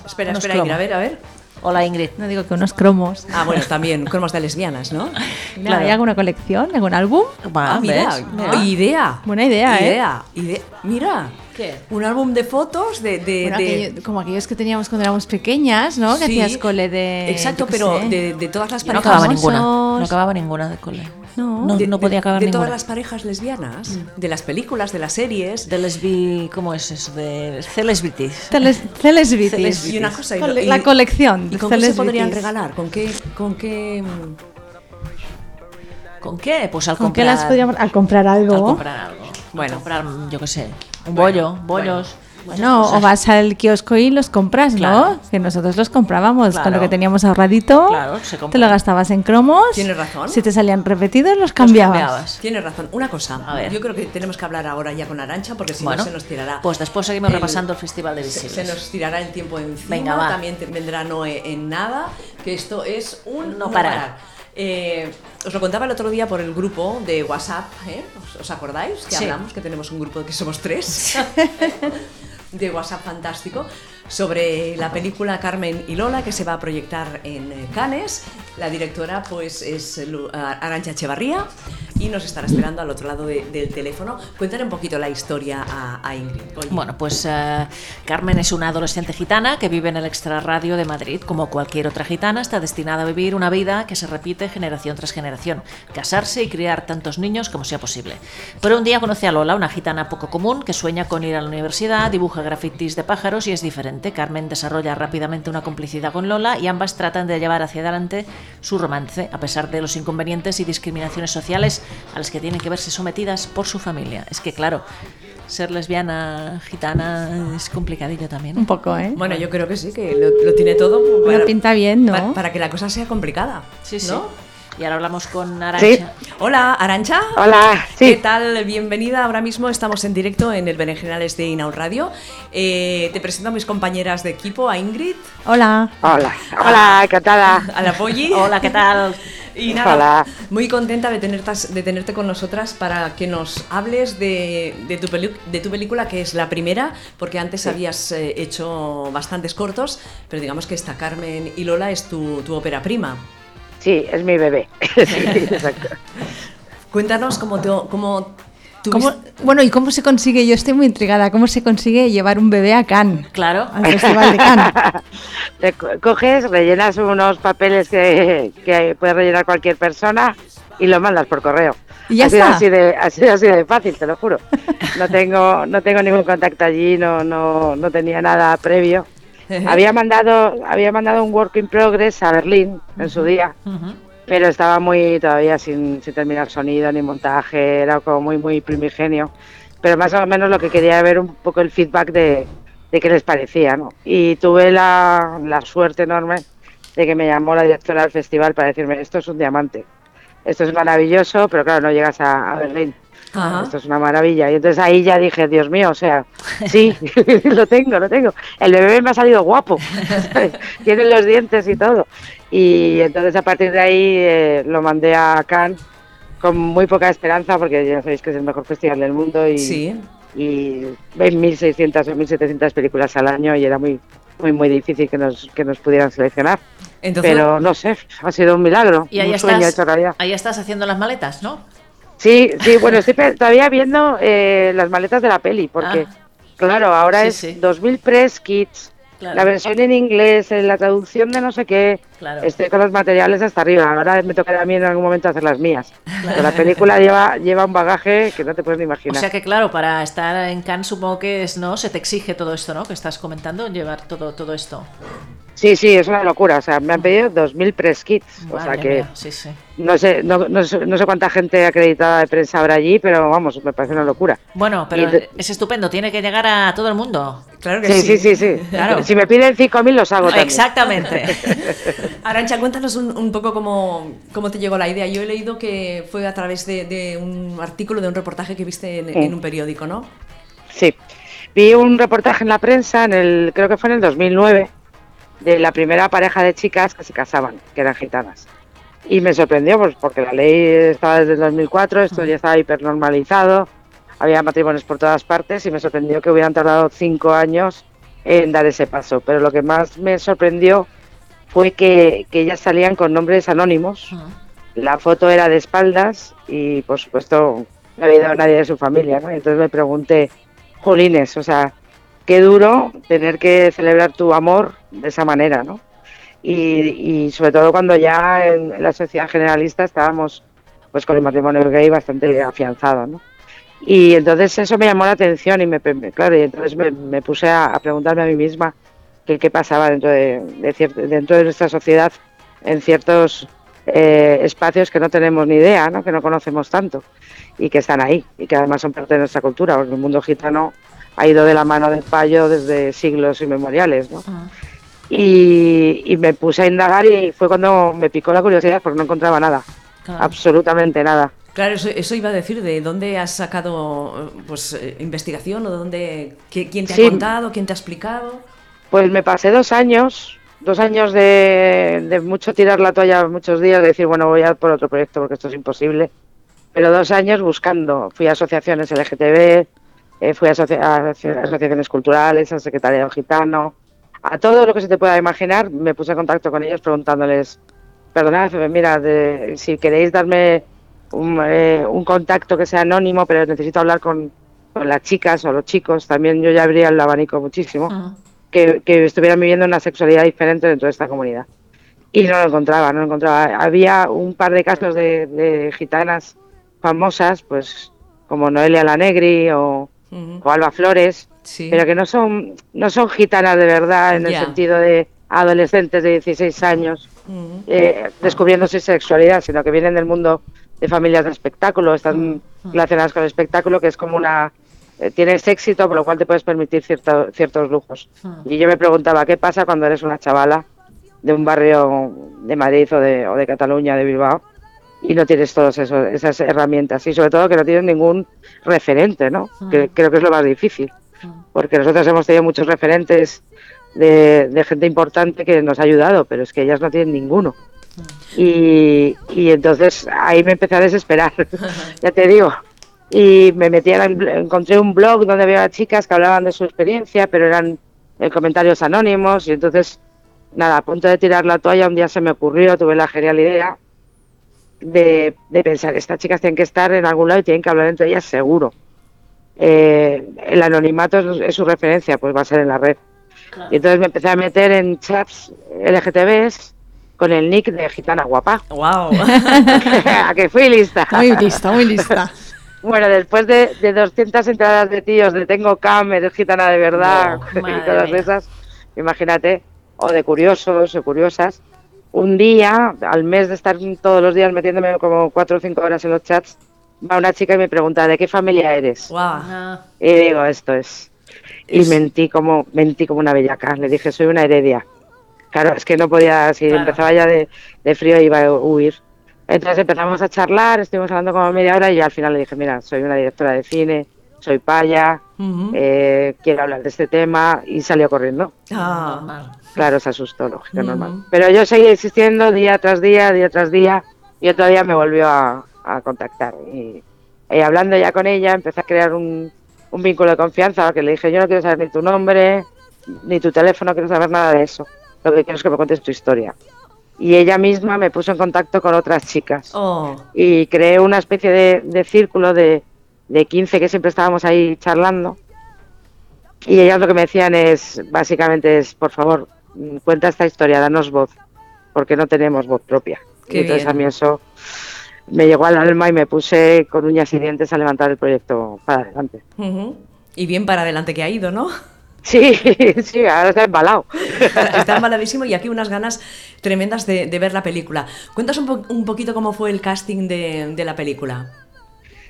S1: Espera,
S2: Unos
S1: espera, Ingrid,
S2: cromos.
S1: a ver, a ver.
S2: Hola Ingrid.
S3: No digo que unos cromos.
S1: Ah, bueno, también cromos de lesbianas, ¿no?
S3: Nada, ¿Hay alguna colección? ¿Algún álbum?
S2: Va,
S1: Ah, mira,
S2: ¿ves? Mira.
S1: idea.
S3: Buena idea, ¿eh?
S1: idea, Idea, Mira.
S2: ¿Qué?
S1: Un álbum de fotos de... de-
S3: Bueno,
S1: de-
S3: aquello- como aquellos que teníamos cuando éramos pequeñas, ¿no? Que
S1: Sí.
S3: hacías cole de.
S1: Exacto,
S3: yo qué
S1: pero
S3: sé.
S1: de, de todas las
S2: Yo no
S1: parejas...
S2: acababa
S3: Famosos.
S2: ninguna. No acababa ninguna de cole.
S3: No.
S2: no,
S1: de-
S2: no podía
S1: de-
S2: acabar
S1: de,
S2: ninguna.
S1: todas las parejas lesbianas,
S3: Mm.
S1: de las películas, de las series.
S2: De lesbi... ¿Cómo es eso? De celesbitis.
S3: Celes- Celesbitis.
S1: Celesbitis. Y una cosa, y lo-
S3: Cole-
S1: y-
S3: la colección.
S1: ¿Y
S3: de
S1: con qué se
S3: Celesbitis.
S1: podrían regalar? ¿Con qué...? Con qué mm,
S2: ¿Con qué? Pues al
S3: ¿Con qué
S2: comprar...
S3: las podríamos.? Al comprar algo.
S2: Al comprar algo.
S1: Bueno.
S2: Al comprar, yo qué sé, un
S1: Bueno,
S2: bollo, bollos. muchas
S3: Bueno, o
S2: cosas.
S3: vas al kiosco y los compras, ¿no?
S2: Claro.
S3: Que nosotros los comprábamos
S2: Claro.
S3: con lo que teníamos ahorradito.
S2: Claro, se compra.
S3: Te lo gastabas en cromos.
S1: Tienes razón.
S3: Si te salían repetidos, los cambiabas.
S2: cambiabas.
S1: Tienes razón. Una cosa,
S2: A ver.
S1: yo creo que tenemos que hablar ahora ya con Arancha porque si
S2: Bueno,
S1: no se nos tirará.
S2: pues después seguimos
S1: el-
S2: repasando el Festival de
S1: Pues se,
S2: Visibles.
S1: se nos tirará el tiempo encima.
S2: Venga, va.
S1: También te- vendrá Noé en nada, que esto es un
S2: No parar.
S1: Eh, os lo contaba el otro día por el grupo de WhatsApp, ¿eh? ¿Os, os acordáis? Que
S2: Sí.
S1: hablamos, que tenemos un grupo de que somos tres. de WhatsApp fantástico sobre la película Carmen y Lola que se va a proyectar en eh, Cannes. La directora pues es Arancha Echevarría y nos estará esperando al otro lado de- del teléfono. Cuéntale un poquito la historia a, a Ingrid. Oye,
S2: Bueno, pues eh, Carmen es una adolescente gitana que vive en el extrarradio de Madrid. Como cualquier otra gitana, está destinada a vivir una vida que se repite generación tras generación, casarse y criar tantos niños como sea posible. Pero un día conoce a Lola, una gitana poco común que sueña con ir a la universidad, dibuja grafitis de pájaros y es diferente. Carmen desarrolla rápidamente una complicidad con Lola y ambas tratan de llevar hacia adelante su romance, a pesar de los inconvenientes y discriminaciones sociales a las que tienen que verse sometidas por su familia. Es que, claro, ser lesbiana, gitana, es complicadillo también.
S3: Un poco, ¿eh?
S1: Bueno, yo creo que sí, que lo, lo tiene todo para,
S3: Bueno, pinta bien, ¿no?
S1: pa- Para, que la cosa sea complicada.
S2: Sí, sí.
S1: ¿no?
S2: Y ahora hablamos con Arancha.
S1: Hola, Arancha.
S4: Hola,
S1: ¿Qué
S4: sí.
S1: tal? Bienvenida. Ahora mismo estamos en directo en el Berenjenales de Inaun Radio. Eh, te presento a mis compañeras de equipo, a Ingrid,
S3: Hola.
S4: Hola, hola, encantada.
S1: a la Polly.
S2: Hola, ¿qué tal?
S1: Y nada,
S4: Hola.
S1: muy contenta de, tenertas- de tenerte con nosotras para que nos hables de, de tu, pelu- de tu película, que es la primera, porque antes habías eh, hecho bastantes cortos, pero digamos que esta Carmen y Lola es tu, tu ópera prima.
S4: Sí, es mi bebé. Sí, exacto.
S1: Cuéntanos cómo te, cómo
S3: ¿Cómo-
S1: tuviste-
S3: bueno, ¿y cómo se consigue? Yo estoy muy intrigada. ¿Cómo se consigue llevar un bebé a Cannes?
S2: Claro.
S3: Al Festival de Cannes.
S4: Te co- coges, rellenas unos papeles que, que puede rellenar cualquier persona y lo mandas por correo.
S3: Y ya
S4: ha sido
S3: está.
S4: Así de, ha sido así de fácil, te lo juro. No tengo, no tengo ningún contacto allí, no, no, no tenía nada previo. Había mandado, había mandado un work in progress a Berlín en su día.
S2: Ujú.
S4: pero estaba muy todavía sin, sin terminar sonido ni montaje, era como muy muy primigenio. Pero más o menos lo que quería ver un poco el feedback de, de qué les parecía, ¿no? Y tuve la, la suerte enorme de que me llamó la directora del festival para decirme, esto es un diamante, esto es maravilloso, pero claro, no llegas a, a Berlín.
S1: Ajá.
S4: Esto es una maravilla. Y entonces ahí ya dije, Dios mío, o sea, sí, lo tengo, lo tengo. El bebé me ha salido guapo, ¿sabes? tiene los dientes y todo. Y entonces a partir de ahí eh, lo mandé a Cannes con muy poca esperanza, porque ya sabéis que es el mejor festival del mundo y,
S1: Sí.
S4: y ven 1.600 o 1.700 películas al año y era muy muy muy difícil que nos, que nos pudieran seleccionar.
S1: Entonces-
S4: Pero no sé, ha sido un milagro,
S2: Y ahí
S4: un sueño
S2: estás,
S4: hecho realidad.
S2: ahí estás haciendo las maletas, ¿no?
S4: Sí, sí, bueno, estoy pe- todavía viendo eh, las maletas de la peli, porque,
S2: Ah.
S4: claro, ahora
S2: Sí,
S4: es
S2: sí.
S4: 2003 Kids,
S2: Claro.
S4: la versión en inglés, eh, la traducción de no sé qué,
S2: Claro.
S4: estoy con los materiales hasta arriba, ahora me tocará a mí en algún momento hacer las mías. Pero la película lleva, lleva un bagaje que no te puedes ni
S2: O
S4: imaginar.
S2: sea que claro, para estar en Cannes supongo que es, ¿no? Se te exige todo esto, ¿no? Que estás comentando, llevar todo, todo esto.
S4: Sí, sí, es una locura, o sea, me han pedido 2000 press kits, o sea
S2: Madre
S4: que...
S2: mía, Sí, sí.
S4: No sé, no, no sé, no sé cuánta gente acreditada de prensa habrá allí, pero vamos, me parece una locura.
S2: Bueno, pero
S4: Y de-
S2: es estupendo, tiene que llegar a todo el mundo.
S1: Claro que
S4: Sí, sí, sí, sí.
S2: Claro.
S4: Si me piden 5.000 los hago también.
S2: Exactamente.
S1: Arancha, cuéntanos un, un poco cómo, cómo te llegó la idea. Yo he leído que fue a través de, de un artículo, de un reportaje que viste en,
S4: Sí.
S1: en un periódico, ¿no?
S4: Sí. Vi un reportaje en la prensa, en el, creo que fue en el 2009, de la primera pareja de chicas que se casaban, que eran gitanas. Y me sorprendió pues, porque la ley estaba desde el 2004, esto ya estaba hipernormalizado, había matrimonios por todas partes y me sorprendió que hubieran tardado cinco años en dar ese paso. Pero lo que más me sorprendió fue que, que ellas salían con nombres anónimos, la foto era de espaldas y por supuesto no había ido nadie de su familia, ¿no? Entonces me pregunté, Jolines, o sea, qué duro tener que celebrar tu amor de esa manera, ¿no? Y, y sobre todo cuando ya en, en la sociedad generalista estábamos pues con el matrimonio gay bastante afianzado, ¿no? Y entonces eso me llamó la atención y me, pe- claro, y entonces me, me puse a, a preguntarme a mí misma qué, qué pasaba dentro de, de cier- dentro de nuestra sociedad en ciertos eh, espacios que no tenemos ni idea, ¿no? que no conocemos tanto y que están ahí y que además son parte de nuestra cultura, porque el mundo gitano ha ido de la mano del payo desde siglos inmemoriales. ¿no? Y, y me puse a indagar y fue cuando me picó la curiosidad porque no encontraba nada,
S2: Claro.
S4: absolutamente nada.
S1: Claro, eso, eso iba a decir, ¿de dónde has sacado eh, pues, eh, investigación o de dónde, qué- quién te ha
S4: Sí.
S1: contado, quién te ha explicado?
S4: Pues me pasé dos años, dos años de, de mucho tirar la toalla muchos días, de decir, bueno, voy a por otro proyecto porque esto es imposible. Pero dos años buscando. Fui a asociaciones LGTB, eh, fui a, asoci- a asoci- a asociaciones culturales, al secretariado gitano, a todo lo que se te pueda imaginar. Me puse en contacto con ellos preguntándoles, perdonad, mira, de- si queréis darme un, eh, un contacto que sea anónimo, pero necesito hablar con, con las chicas o los chicos, también yo ya abría el abanico muchísimo
S2: Ujú.
S4: que, que estuvieran viviendo una sexualidad diferente dentro de esta comunidad. Y no lo encontraba, no lo encontraba. Había un par de casos de, de gitanas famosas, pues como Noelia Lanegri o,
S1: Ujú.
S4: o Alba Flores,
S1: Sí.
S4: pero que no son, no son gitanas de verdad en
S1: Ya.
S4: el sentido de adolescentes de 16 años
S1: Ujú.
S4: eh, descubriendo su sexualidad, sino que vienen del mundo de familias de espectáculo, están
S1: Mm.
S4: relacionadas con el espectáculo, que es como una... eh, tienes éxito, por lo cual te puedes permitir cierto- ciertos lujos. Y yo me preguntaba, ¿qué pasa cuando eres una chavala de un barrio de Madrid o de, o de Cataluña, de Bilbao, y no tienes todas eso- esas herramientas? Y sobre todo que no tienes ningún referente, ¿no? Que creo que es lo más difícil porque nosotros hemos tenido muchos referentes de, de gente importante que nos ha ayudado, pero es que ellas no tienen ninguno. Y, y entonces ahí me empecé a desesperar, ya te digo. Y me metí, a la- encontré un blog donde había chicas que hablaban de su experiencia, pero eran eh, comentarios anónimos. Y entonces, nada, a punto de tirar la toalla, un día se me ocurrió, tuve la genial idea de, de pensar, estas chicas tienen que estar en algún lado y tienen que hablar entre ellas seguro eh, el anonimato es, es su referencia, pues va a ser en la red. Y entonces me empecé a meter en chats LGTBs con el nick de gitana guapa.
S1: ¡Guau!
S4: a que fui lista.
S3: Muy lista, muy lista.
S4: Bueno, después de, de 200 entradas de tíos de tengo cam, eres gitana de verdad
S2: No,
S4: y
S2: Oh, madre
S4: todas
S2: mía.
S4: esas, imagínate, o de curiosos o curiosas, un día, al mes de estar todos los días metiéndome como 4 o 5 horas en los chats, va una chica y me pregunta, ¿de qué familia eres?
S1: ¡Guau!
S2: Ah,
S4: Y digo, esto es. Y mentí como mentí como una bellaca. Le dije, soy una heredia. Claro, es que no podía, si
S2: Claro.
S4: empezaba ya de, de frío iba a huir. Entonces empezamos a charlar, estuvimos hablando como media hora y yo al final le dije, mira, soy una directora de cine, soy paya,
S1: Ujú.
S4: eh, quiero hablar de este tema y salió corriendo.
S1: Ah,
S2: Normal.
S4: Claro, se asustó, lógico,
S1: Ujú.
S4: normal. Pero yo seguí existiendo día tras día, día tras día, y otro día me volvió a, a contactar. Y, y hablando ya con ella, empecé a crear un, un vínculo de confianza, porque le dije, yo no quiero saber ni tu nombre, ni tu teléfono, quiero saber nada de eso. Lo que quiero es que me contes tu historia. Y ella misma me puso en contacto con otras chicas
S1: oh,
S4: y creé una especie de, de círculo de, de 15 que siempre estábamos ahí charlando. Y ellas lo que me decían es, básicamente es, por favor, mm, cuenta esta historia, danos voz, porque no tenemos voz propia.
S1: Qué
S4: y entonces
S1: bien.
S4: a mí eso me llegó al alma y me puse con uñas y dientes a levantar el proyecto para adelante.
S1: ujú. Y bien para adelante que ha ido, ¿no?
S4: Sí, sí, ahora está embalado.
S1: Está embaladísimo y aquí unas ganas tremendas de, de ver la película. Cuentas un, po- un poquito cómo fue el casting de, de la película,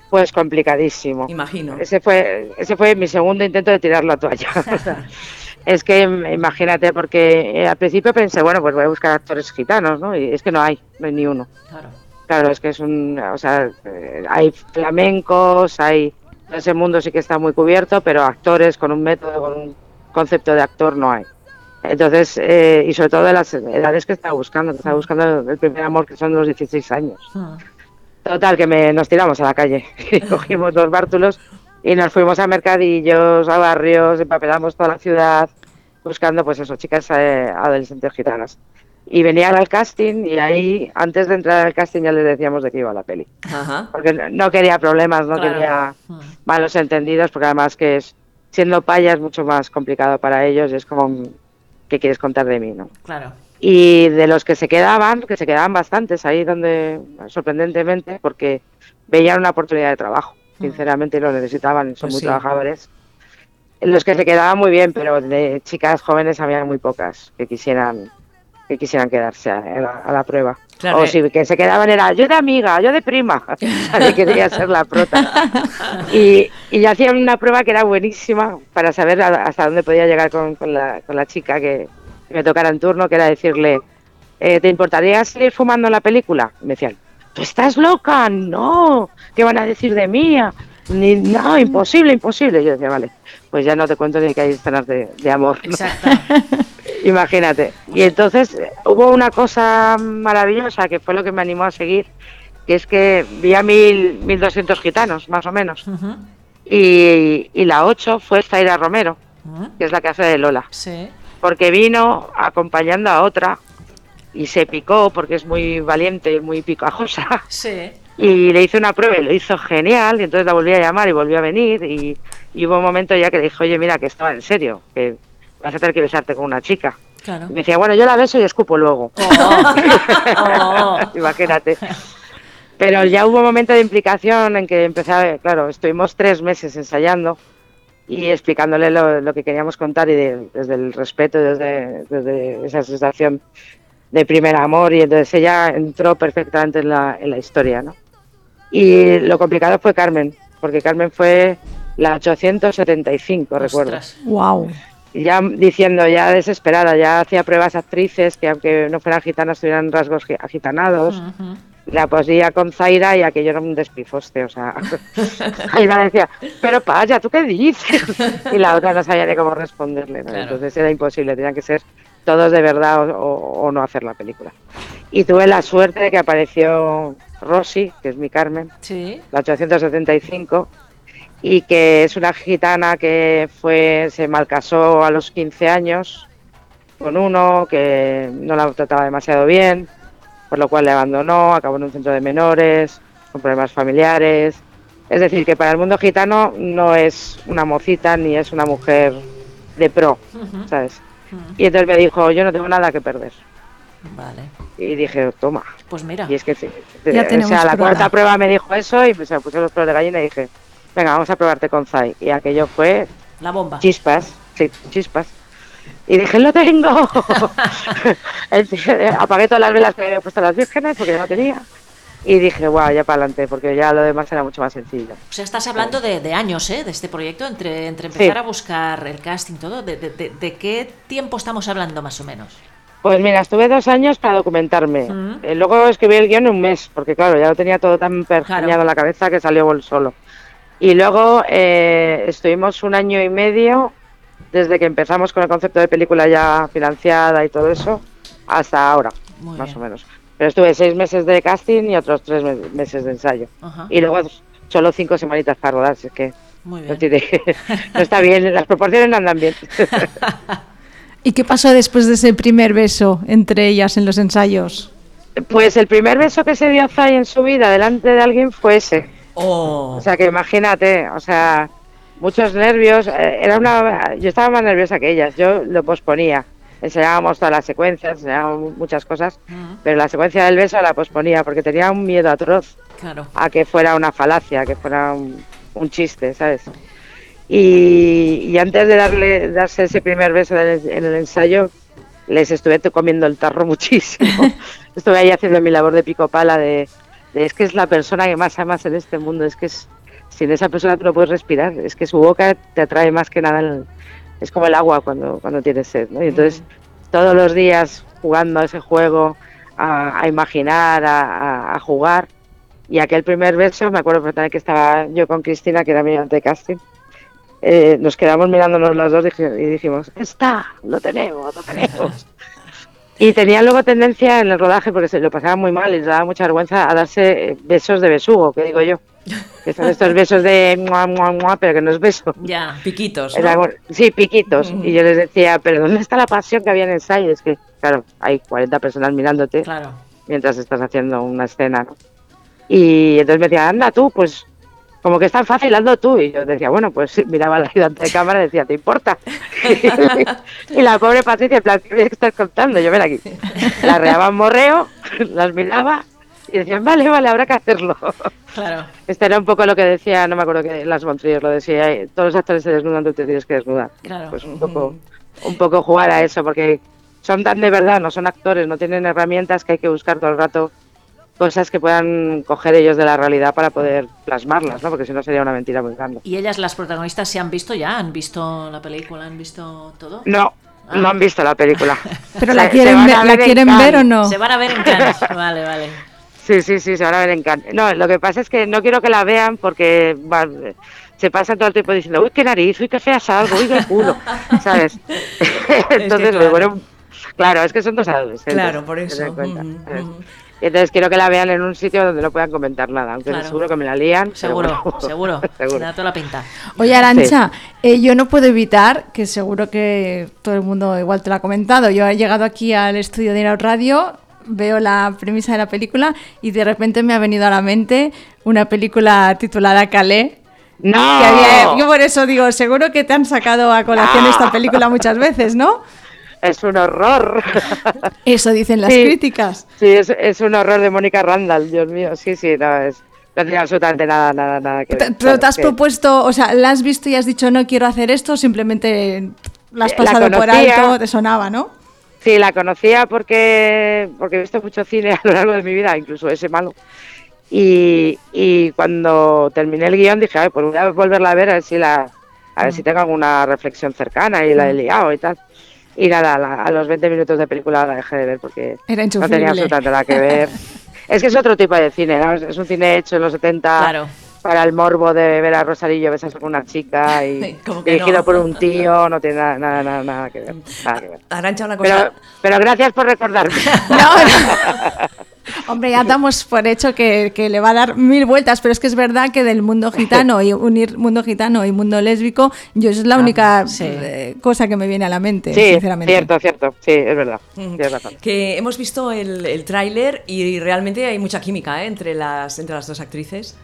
S4: Pues complicadísimo.
S1: imagino.
S4: Ese fue, ese fue mi segundo intento de tirar la toalla. es que im- imagínate, porque eh, al principio pensé, bueno, pues voy a buscar actores gitanos, ¿no? Y es que no hay, no hay ni uno.
S2: Claro.
S4: Claro, es que es un, o sea, eh, hay flamencos, hay, ese mundo sí que está muy cubierto, pero actores con un método, con un concepto de actor no hay. Entonces, eh, y sobre todo de las edades que estaba buscando, que estaba buscando el primer amor, que son los 16 años.
S2: Mm.
S4: Total, que me, nos tiramos a la calle. Y Cogimos dos bártulos y nos fuimos a mercadillos, a barrios, empapelamos toda la ciudad buscando, pues eso, chicas eh, adolescentes gitanas. Y venían al casting y ahí, antes de entrar al casting, ya les decíamos de qué iba la peli.
S1: Ajá.
S4: Porque no- no quería problemas, no
S2: Claro.
S4: quería
S2: Mm.
S4: malos entendidos, porque además que es, siendo paya es mucho más complicado para ellos y es como, mm, ¿qué quieres contar de mí? no?
S2: Claro.
S4: Y de los que se quedaban, que se quedaban bastantes ahí donde, sorprendentemente, porque veían una oportunidad de trabajo, sinceramente lo necesitaban, son
S1: Ah. Pues
S4: muy
S1: sí.
S4: trabajadores. Los que se quedaban muy bien, pero de chicas jóvenes había muy pocas que quisieran que quisieran quedarse a, a la, a la prueba.
S1: Claro,
S4: o
S1: eh.
S4: si que se quedaban era yo de amiga, yo de prima, nadie quería ser la prota. Y, y yo hacía una prueba que era buenísima para saber a- hasta dónde podía llegar con, con la, con la chica que que me tocara en turno, que era decirle, eh, ¿te importaría salir fumando en la película? Me decían, ¿tú estás loca? No, ¿qué van a decir de mí? Ni, no, imposible, imposible. Yo decía, vale, pues ya no te cuento ni que hay escenas de, de amor. ¿no?
S2: Exacto.
S4: Imagínate. Y entonces eh, hubo una cosa maravillosa que fue lo que me animó a seguir, que es que vi a mil, 1200 gitanos, más o menos.
S2: Ujú.
S4: Y, y la 8 fue Zaira Romero,
S2: Mm.
S4: que es la que hace de Lola,
S2: Sí.
S4: porque vino acompañando a otra y se picó porque es muy valiente y muy picajosa.
S2: Sí.
S4: Y le hice una prueba y lo hizo genial, y entonces la volví a llamar y volvió a venir. Y, y hubo un momento ya que le dije, oye, mira, que estaba en serio, que vas a tener que besarte con una chica.
S2: Claro.
S4: Y me decía, bueno, yo la beso y escupo luego.
S2: Oh.
S4: Imagínate. Pero ya hubo un momento de implicación en que empecé a, claro, estuvimos tres meses ensayando y explicándole lo, lo que queríamos contar y de- desde el respeto, desde, desde esa sensación de primer amor y entonces ella entró perfectamente en la, en la historia, ¿no? Y lo complicado fue Carmen, porque Carmen fue la 875, recuerdo
S2: Ostras.
S3: ¡Wow!
S4: ya diciendo, ya desesperada, ya hacía pruebas a actrices que aunque no fueran gitanas tuvieran rasgos gi- agitanados,
S2: Ujú.
S4: la posía con Zaira y aquello era un despifoste, o sea, Zaira decía, pero Paya, ¿tú qué dices? Y la otra no sabía ni cómo responderle, ¿no?
S2: Claro.
S4: entonces era imposible, tenían que ser todos de verdad o, o- o no hacer la película. Y tuve la suerte de que apareció Rosy, que es mi Carmen,
S2: Sí.
S4: la 875, y que es una gitana que fue, se malcasó a los 15 años con uno que no la trataba demasiado bien, por lo cual le abandonó, acabó en un centro de menores, con problemas familiares. Es decir, que para el mundo gitano no es una mocita ni es una mujer de pro,
S2: Ujú.
S4: ¿sabes?
S2: Ujú.
S4: Y entonces me dijo, yo no tengo nada que perder.
S2: Vale.
S4: Y dije, toma,
S2: Pues mira.
S4: y es que sí.
S3: Ya
S4: o
S3: tenemos
S4: sea, la
S3: prueba.
S4: cuarta prueba me dijo eso y pues, se me pusieron los pelos de gallina y dije, venga, vamos a probarte con Zai. Y aquello fue
S2: La bomba.
S4: chispas, sí, chispas. Y dije, lo tengo. Entonces, Apagué todas las velas que me había puesto las vírgenes porque ya no tenía. Y dije, guau, ya para adelante, porque ya lo demás era mucho más sencillo.
S2: O sea, estás hablando de, de años, ¿eh? De este proyecto, entre, entre empezar
S4: Sí.
S2: a buscar el casting, todo. De, de- de- de qué tiempo estamos hablando, más o menos?
S4: Pues mira, estuve dos años para documentarme.
S2: Ujú.
S4: Eh, luego escribí el guión en un mes, porque claro, ya lo tenía todo tan pergeñado en la cabeza que salió bol solo. Y luego eh, estuvimos un año y medio, desde que empezamos con el concepto de película ya financiada y todo eso, hasta ahora,
S2: Muy
S4: más
S2: bien.
S4: o menos. Pero estuve seis meses de casting y otros tres me- meses de ensayo.
S2: Ajá.
S4: Y luego solo cinco semanitas para rodar, así que
S2: Muy
S4: no,
S2: bien.
S4: tiene- no está bien, las proporciones no andan bien.
S3: ¿Y qué pasó después de ese primer beso entre ellas en los ensayos?
S4: Pues el primer beso que se dio Zay en su vida delante de alguien fue ese.
S1: Oh,
S4: O sea que imagínate, o sea, muchos nervios. eh, Era una, yo estaba más nerviosa que ellas. Yo lo posponía. Enseñábamos todas las secuencias, enseñábamos muchas cosas,
S2: Ujú,
S4: pero la secuencia del beso la posponía porque tenía un miedo atroz
S2: Claro.
S4: a que fuera una falacia, a que fuera un, un chiste, ¿sabes? Y, y antes de darle darse ese primer beso en el, en el ensayo, les estuve to- comiendo el tarro muchísimo. estuve ahí haciendo mi labor de pico pala de, de, es que es la persona que más amas en este mundo, es que es, sin esa persona tú no puedes respirar, es que su boca te atrae más que nada, el- es como el agua cuando, cuando tienes sed, ¿no? Y entonces todos los días jugando a ese juego, a, a imaginar, a- a- a jugar, y aquel primer beso, me acuerdo perfectamente que estaba yo con Cristina, que era mi ayudante de casting. eh, nos quedamos mirándonos las dos dij- y dijimos, está, lo tenemos, lo tenemos. Y tenía luego tendencia en el rodaje, porque se lo pasaba muy mal y les daba mucha vergüenza, a darse eh, besos de besugo, que digo yo. Que son estos besos de mua, mua, mua, pero que no es beso.
S2: Ya.
S1: piquitos.
S4: Era
S1: ¿no?
S4: como- sí, piquitos.
S1: Ujú.
S4: Y yo les decía, pero ¿dónde está la pasión que había en el ensayo? Es que, claro, hay 40 personas mirándote
S2: Claro.
S4: mientras estás haciendo una escena. ¿no? Y entonces me decía, anda tú, pues como que es tan fácil, ando tú. Y yo decía, bueno, pues sí, miraba al ayudante de cámara y decía, ¿te importa? y la pobre Patricia, en plan, ¿qué me estás contando? Yo ven aquí. La reaban morreo, las miraba y decían, vale, vale, habrá que hacerlo.
S2: Claro.
S4: Este era un poco lo que decía, no me acuerdo que Las Montrías lo decía, eh, todos los actores se desnudan, tú te tienes que desnudar.
S2: Claro.
S4: Pues un poco, un poco jugar a eso, porque son tan de verdad, no son actores, no tienen herramientas que hay que buscar todo el rato cosas que puedan coger ellos de la realidad para poder plasmarlas, ¿no? Porque si no sería una mentira muy grande.
S2: ¿Y ellas, las protagonistas, se han visto ya? ¿Han visto la película? ¿Han visto todo?
S4: No, no han visto la película.
S3: ¿Pero
S4: Se-
S3: la
S4: se
S3: quieren,
S4: van
S3: ver,
S4: a
S3: ¿la
S4: en
S3: quieren ver o
S4: Cannes.
S3: no?
S2: Se van a ver en Cannes. Vale, vale.
S4: Sí, sí, sí, se van a ver en Cannes. No, lo que pasa es que no quiero que la vean porque va- se pasan todo el tiempo diciendo, uy, qué nariz, uy, qué fea salgo, uy, qué culo, ¿sabes? Entonces,
S1: claro.
S4: bueno, claro, es que son dos ¿eh? adolescentes.
S1: Claro, por
S4: ten en
S1: eso,
S4: cuenta,
S1: ujú,
S4: ¿sabes?
S1: ujú.
S4: Entonces quiero que la vean en un sitio donde no puedan comentar nada, aunque
S2: Claro.
S4: seguro que me la lían. pero
S2: Seguro,
S4: bueno,
S2: seguro.
S4: seguro.
S2: Da toda la pinta.
S3: Oye, Arancha, eh, yo no puedo evitar, que seguro que todo el mundo igual te lo ha comentado, yo he llegado aquí al estudio de Irao Radio, veo la premisa de la película y de repente me ha venido a la mente una película titulada Calais.
S4: ¡No!
S3: que
S4: Ah.
S3: había- eh, yo por eso digo, seguro que te han sacado a colación
S4: No.
S3: esta película muchas veces, ¿no?
S4: Es un horror.
S3: Eso dicen las
S4: Sí.
S3: críticas.
S4: Sí, es, es un horror de Mónica Randall, Dios mío. Sí, sí, no, es, no tiene absolutamente nada, nada, nada que
S3: Te-
S4: ver.
S3: ¿Pero te
S4: Claro,
S3: has
S4: sí.
S3: propuesto, o sea, la has visto y has dicho no quiero hacer esto, simplemente la has
S4: Eh, la
S3: pasado por
S4: conocía.
S3: alto, te sonaba, ¿no?
S4: Sí, la conocía porque, porque he visto mucho cine a lo largo de mi vida, incluso ese malo. Y, y cuando terminé el guión dije, "Ay, pues voy a volverla a ver a ver si, la, a ver si tengo alguna reflexión cercana y la he liado y tal. Y nada, la- a los 20 minutos de película la dejé de ver porque
S3: Era
S4: no tenía
S3: insufrible.
S4: absolutamente nada que ver. es que es otro tipo de cine, ¿no? Es- es un cine hecho en los 70
S2: Claro.
S4: para el morbo de ver a Rosarillo besarse con una chica y
S1: Como que
S4: dirigido
S1: no.
S4: por un tío, no tiene nada, nada, nada, nada que ver. Nada que ver.
S1: Arancha, una cosa.
S4: Pero, pero gracias por recordarme.
S3: No, no. Hombre, ya damos por hecho que, que le va a dar mil vueltas, pero es que es verdad que del mundo gitano y unir mundo gitano y mundo lésbico, yo es la única
S2: sí.
S3: eh, cosa que me viene a la mente,
S4: Ah, Sí,
S3: sinceramente.
S4: cierto, cierto. Sí, es verdad.
S1: Mm,
S4: Tienes razón.
S1: Que hemos visto el, el tráiler y realmente hay mucha química ¿eh? entre, las, entre las dos actrices.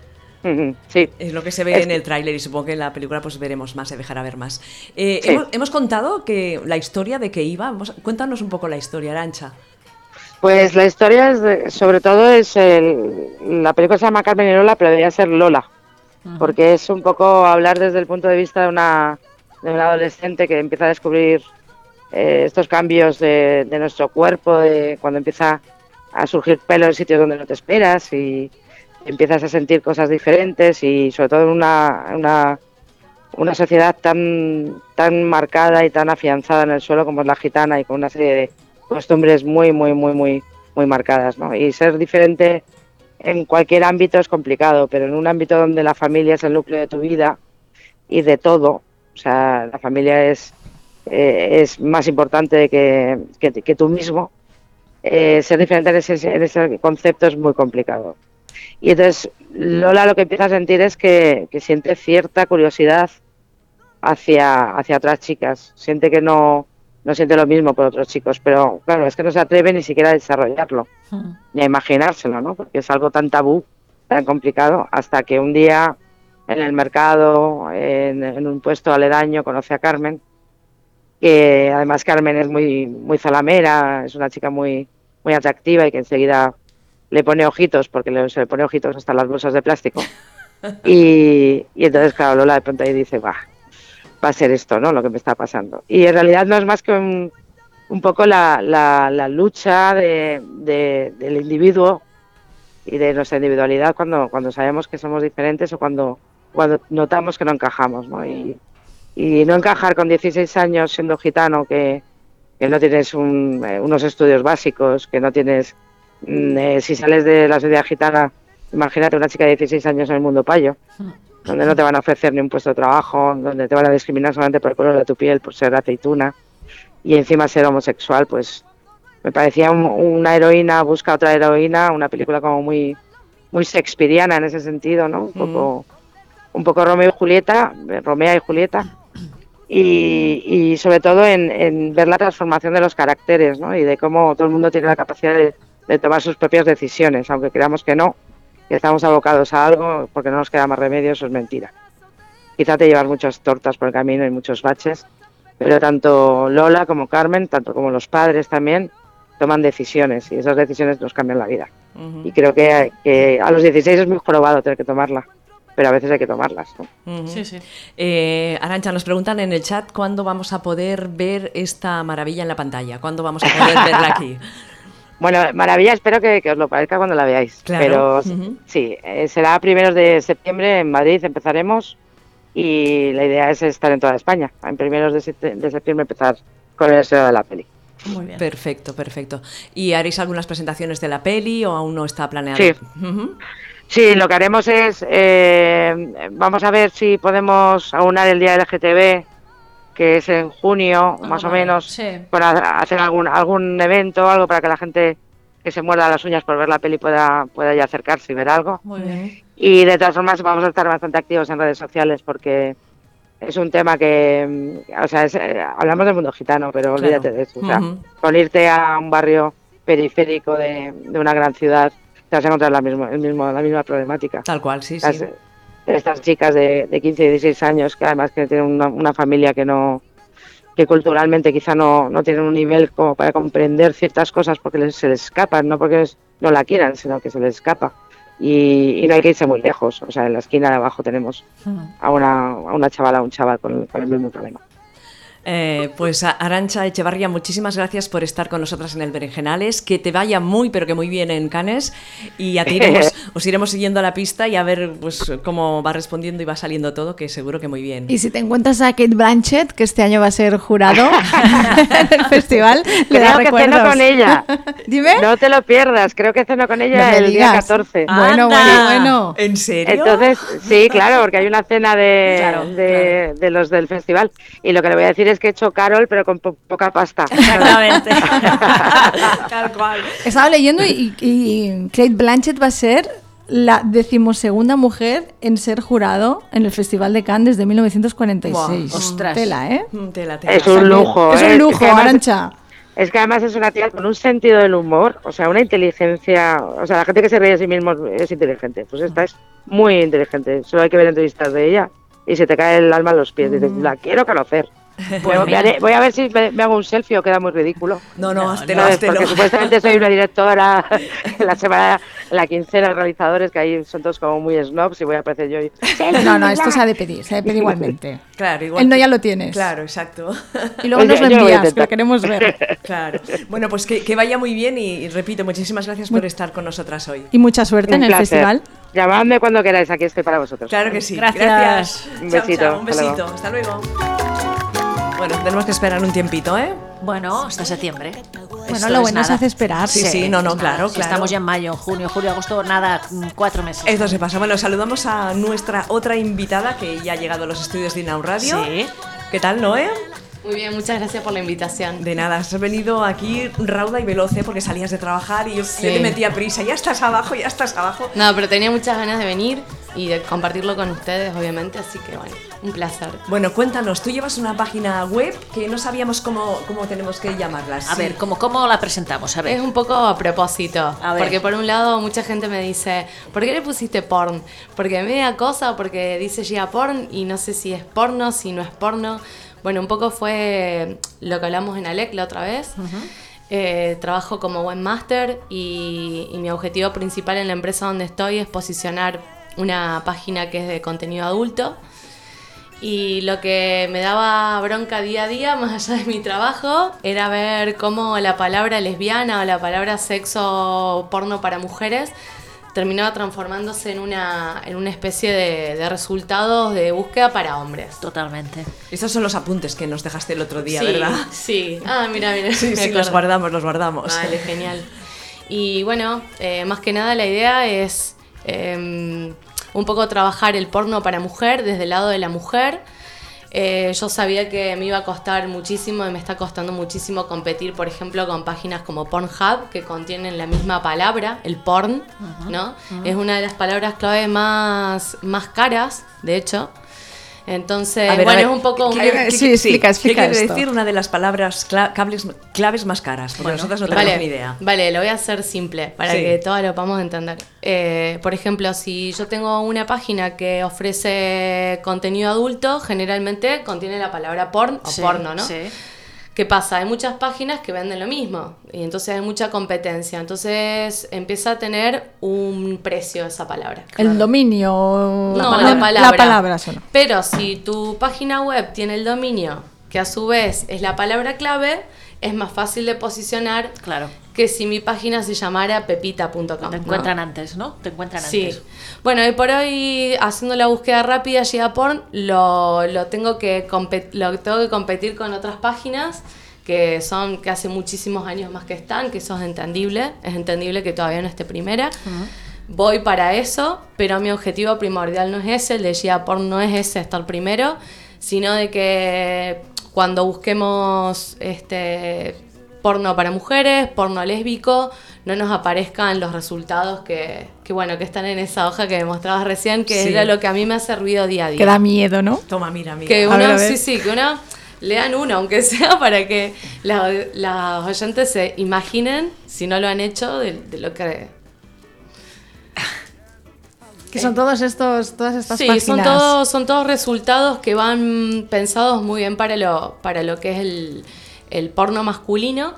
S4: Ujú, Mm, Sí.
S1: Es lo que se ve
S4: Es
S1: en
S4: que-
S1: el tráiler y supongo que en la película pues veremos más, se dejará ver más. Eh,
S4: Sí.
S1: hemos, hemos contado que la historia de que iba, vamos- cuéntanos un poco la historia, Arancha.
S4: Pues la historia es, de- sobre todo, es el- la película se llama Carmen y Lola, pero debería ser Lola, porque es un poco hablar desde el punto de vista de una, de una adolescente que empieza a descubrir eh, estos cambios de, de nuestro cuerpo, de cuando empieza a surgir pelo en sitios donde no te esperas y empiezas a sentir cosas diferentes y sobre todo en una, una, una sociedad tan, tan marcada y tan afianzada en el suelo como es la gitana y con una serie de costumbres muy, muy, muy, muy, muy marcadas, ¿no? Y ser diferente en cualquier ámbito es complicado, pero en un ámbito donde la familia es el núcleo de tu vida y de todo, o sea, la familia es, eh, es más importante que, que, que tú mismo, eh, ser diferente en ese, en ese concepto es muy complicado. Y entonces Lola lo que empieza a sentir es que, que siente cierta curiosidad hacia, hacia otras chicas, siente que no, no siente lo mismo por otros chicos, pero claro, es que no se atreve ni siquiera a desarrollarlo,
S2: Mm.
S4: ni a imaginárselo, ¿no? Porque es algo tan tabú, tan complicado, hasta que un día en el mercado, en, en un puesto aledaño, conoce a Carmen, que además Carmen es muy, muy zalamera, es una chica muy, muy atractiva y que enseguida le pone ojitos, porque le, se le pone ojitos hasta las bolsas de plástico. Y, y entonces, claro, Lola de pronto ahí dice, va, va a ser esto, ¿no? Lo que me está pasando. Y en realidad no es más que un, un poco la, la- la lucha de- de- del individuo y de nuestra individualidad cuando, cuando sabemos que somos diferentes o cuando, cuando notamos que no encajamos, ¿no? Y, y no encajar con 16 años siendo gitano, que, que no tienes un- eh, unos estudios básicos, que no tienes... mm, eh, si sales de la sociedad gitana, imagínate una chica de 16 años en el mundo payo donde no te van a ofrecer ni un puesto de trabajo, donde te van a discriminar solamente por el color de tu piel, por ser aceituna y encima ser homosexual, pues me parecía un- una heroína, busca otra heroína, una película como muy muy shakespeariana en ese sentido, ¿no? Un poco, un poco Romeo y Julieta, eh, Romea y Julieta, y, y sobre todo en, en ver la transformación de los caracteres, ¿no? Y de cómo todo el mundo tiene la capacidad de, de tomar sus propias decisiones, aunque creamos que no, que estamos abocados a algo porque no nos queda más remedio, eso es mentira. Quizá te llevas muchas tortas por el camino y muchos baches, pero tanto Lola como Carmen, tanto como los padres también, toman decisiones y esas decisiones nos cambian la vida.
S1: Ujú.
S4: Y creo que, que a los 16 es muy jorobado tener que tomarla, pero a veces hay que tomarlas. ¿no?
S1: Ujú.
S2: Sí, sí.
S1: Eh, Arancha, nos preguntan en el chat cuándo vamos a poder ver esta maravilla en la pantalla, cuándo vamos a poder verla aquí.
S4: Bueno, maravilla, espero que, que os lo parezca cuando la veáis.
S1: Claro,
S4: Pero
S1: ujú.
S4: sí, eh, será a primeros de septiembre en Madrid, empezaremos. Y la idea es estar en toda España. En primeros de, septi- de septiembre empezar con el estreno de la peli.
S2: Muy bien.
S1: Perfecto, perfecto. ¿Y haréis algunas presentaciones de la peli o aún no está planeado?
S4: Sí.
S1: Ujú.
S4: Sí, lo que haremos es, eh, vamos a ver si podemos aunar el día LGTB, que es en junio,
S2: Ah,
S4: más o
S2: vale,
S4: menos,
S2: sí.
S4: para hacer algún, algún evento, algo para que la gente que se muerda las uñas por ver la peli pueda, pueda ya acercarse y ver algo.
S2: Muy bien.
S4: Y de todas formas vamos a estar bastante activos en redes sociales porque es un tema que, mm, o sea, es, eh, hablamos del mundo gitano,
S1: Claro.
S4: pero olvídate de eso. O sea,
S1: Ujú.
S4: con irte a un barrio periférico de, de una gran ciudad, te vas a encontrar la, mismo, el mismo, la misma problemática.
S1: Tal cual, sí,
S4: Las-
S1: sí.
S4: Estas chicas de, de 15 y 16 años, que además que tienen una, una familia que no que culturalmente quizá no, no tienen un nivel como para comprender ciertas cosas porque les- se les escapan, no porque es- no la quieran, sino que se les escapa. Y, y no hay que irse muy lejos, o sea, en la esquina de abajo tenemos
S2: Mm.
S4: a una, a una chavala, a un chaval con, con el mismo problema.
S1: Eh, pues Arancha Echevarría, muchísimas gracias por estar con nosotras en el Berenjenales. Que te vaya muy, pero que muy bien en Canes. Y a ti iremos- os iremos siguiendo a la pista y a ver pues, cómo va respondiendo y va saliendo todo, que seguro que muy bien.
S3: Y si te encuentras a Kate Blanchett, que este año va a ser jurado en el festival, le da
S4: Creo que
S3: recuerdos.
S4: ceno con ella.
S3: Dime.
S4: No te lo pierdas, creo que ceno con
S3: No
S4: ella
S3: me
S4: el día
S3: digas.
S4: 14.
S3: Ah, Bueno, bueno, bueno.
S1: ¿En serio?
S4: Entonces, sí, claro, porque hay una cena de,
S1: Claro,
S4: de, de los del festival. Y lo que le voy a decir es que he hecho Carol, pero con po- poca pasta.
S1: Exactamente. Tal cual.
S3: Estaba leyendo y, y Kate Blanchett va a ser la decimosegunda mujer en ser jurado en el Festival de Cannes desde 1946.
S1: Buah,
S2: ostras.
S3: Tela, ¿eh?
S1: Mm, Tela, tela.
S4: Es un lujo.
S3: Es
S4: ¿eh?
S3: un lujo,
S4: que además-
S3: Arancha.
S4: Es que además es una tía con un sentido del humor, o sea, una inteligencia. O sea, la gente que se ríe de sí mismo es inteligente. Pues esta es muy inteligente. Solo hay que ver entrevistas de ella y se te cae el alma a los pies. Dices,
S1: Mm.
S4: la quiero conocer.
S1: Pues
S4: Pero me haré- voy a ver si me, me hago un selfie o queda muy ridículo.
S1: No, no,
S4: No,
S1: háztelo,
S4: es
S1: háztelo.
S4: porque supuestamente soy una directora en la semana, en la quincena de realizadores, que ahí son todos como muy snobs y voy a aparecer yo y...
S3: No, no, esto se ha de pedir, se ha de pedir igualmente.
S1: Claro, igual
S3: Él no
S1: que-
S3: ya lo tienes.
S1: Claro, exacto.
S3: Y luego nos
S4: Pues yo-
S3: lo
S4: yo lo voy a
S3: envías, que
S4: intentar.
S3: lo queremos ver.
S1: Claro. Bueno, pues que, que vaya muy bien y, y repito, muchísimas gracias por estar con nosotras hoy.
S3: Y mucha suerte en
S4: Un
S3: el
S4: placer.
S3: festival.
S2: Pues
S4: Llamadme cuando queráis, aquí estoy para vosotros.
S1: Claro que sí.
S2: Gracias.
S1: Gracias.
S4: Un
S1: Chao,
S4: besito,
S1: chao, un
S4: hasta luego.
S1: besito. Hasta luego. Bueno, tenemos que esperar un tiempito, ¿eh?
S2: Bueno, hasta septiembre.
S3: Bueno,
S2: Esto
S3: lo
S2: es
S3: bueno se
S2: nada.
S3: hace esperar.
S1: Sí, sí, no, no,
S2: nada.
S1: claro,
S2: Si
S1: claro.
S2: Estamos ya en mayo, junio, julio, agosto, nada, mm, cuatro meses.
S1: Esto se pasa. Bueno, saludamos a nuestra otra invitada que ya ha llegado a los estudios de Inau Radio.
S2: Sí.
S1: ¿Qué tal, Noé?
S5: Muy bien, muchas gracias por la invitación.
S1: De nada, has venido aquí rauda y veloce porque salías de trabajar y yo yo te metía prisa. Ya estás abajo, ya estás abajo.
S5: No, pero tenía muchas ganas de venir y de compartirlo con ustedes, obviamente, así que bueno, un placer.
S1: Bueno, cuéntanos, tú llevas una página web que no sabíamos cómo, cómo tenemos que llamarla.
S2: A
S1: Sí.
S2: ver, ¿cómo, ¿cómo la presentamos? A ver.
S5: Es un poco a propósito,
S2: A ver.
S5: porque por un lado mucha gente me dice, ¿por qué le pusiste porn? Porque me da cosa, porque dice Gia porn y no sé si es porno, si no es porno. Bueno, un poco fue lo que hablamos en Alec la otra vez. Eh, trabajo como webmaster y, y mi objetivo principal en la empresa donde estoy es posicionar una página que es de contenido adulto. Y lo que me daba bronca día a día, más allá de mi trabajo, era ver cómo la palabra lesbiana o la palabra sexo porno para mujeres terminaba transformándose en una, en una especie de, de resultados de búsqueda para hombres.
S2: Totalmente.
S1: Esos son los apuntes que nos dejaste el otro día,
S5: sí,
S1: ¿verdad?
S5: Sí. Ah, mira, mira.
S1: Sí,
S5: me
S1: sí, los
S5: acuerdo.
S1: guardamos, los guardamos.
S5: Vale, genial. Y bueno, eh, más que nada la idea es eh, un poco trabajar el porno para mujer desde el lado de la mujer. Eh, yo sabía que me iba a costar muchísimo y me está costando muchísimo competir, por ejemplo, con páginas como Pornhub, que contienen la misma palabra, el porn, ¿no? Es una de las palabras clave más, más caras, de hecho. Entonces,
S1: A ver, a
S5: Eh, bueno,
S1: ver,
S5: es un poco...
S1: ¿qué-
S5: un-
S1: qué-
S3: Sí,
S1: qué-
S3: explica, explica
S1: ¿Qué quiere
S3: esto.
S1: decir una de las palabras cla- cables- claves más caras? Porque nosotros no tenemos
S5: vale,
S1: ni idea.
S5: Vale, lo voy a hacer simple para
S1: Sí.
S5: que todos lo podamos entender. Eh, por ejemplo, si yo tengo una página que ofrece contenido adulto, generalmente contiene la palabra porn o
S2: Sí,
S5: porno, ¿no?
S2: Sí.
S5: ¿Qué pasa? Hay muchas páginas que venden lo mismo y entonces hay mucha competencia. Entonces empieza a tener un precio esa palabra.
S3: El dominio. o
S5: No, la palabra.
S3: La palabra solo.
S5: Pero si tu página web tiene el dominio, que a su vez es la palabra clave, es más fácil de posicionar
S2: Claro.
S5: que si mi página se llamara pepita.com.
S2: Te
S5: ¿no?
S2: encuentran antes, ¿no? Te encuentran
S5: Sí.
S2: antes.
S5: Bueno, y por hoy, haciendo la búsqueda rápida, llega porn, lo, lo tengo que compe- lo tengo que competir con otras páginas que son que hace muchísimos años más que están, que eso es entendible, es entendible que todavía no esté primera. Voy para eso, pero mi objetivo primordial no es ese, el de Gia Porn no es ese, estar primero, sino de que cuando busquemos este porno para mujeres, porno lésbico, no nos aparezcan los resultados que, que, bueno, que están en esa hoja que me mostrabas recién, que
S1: Sí.
S5: era lo que a mí me hace ruido día a día.
S3: Que da miedo, ¿no?
S1: Toma, mira, mira.
S5: Que
S3: A ver, a
S5: uno,
S3: ver.
S5: sí, sí, que uno lean uno, aunque sea para que la- las oyentes se imaginen, si no lo han hecho, de, de lo que...
S3: Que son todos estos, todas estas
S5: Sí,
S3: páginas.
S5: son todos, son todos resultados que van pensados muy bien para lo, para lo que es el, el porno masculino,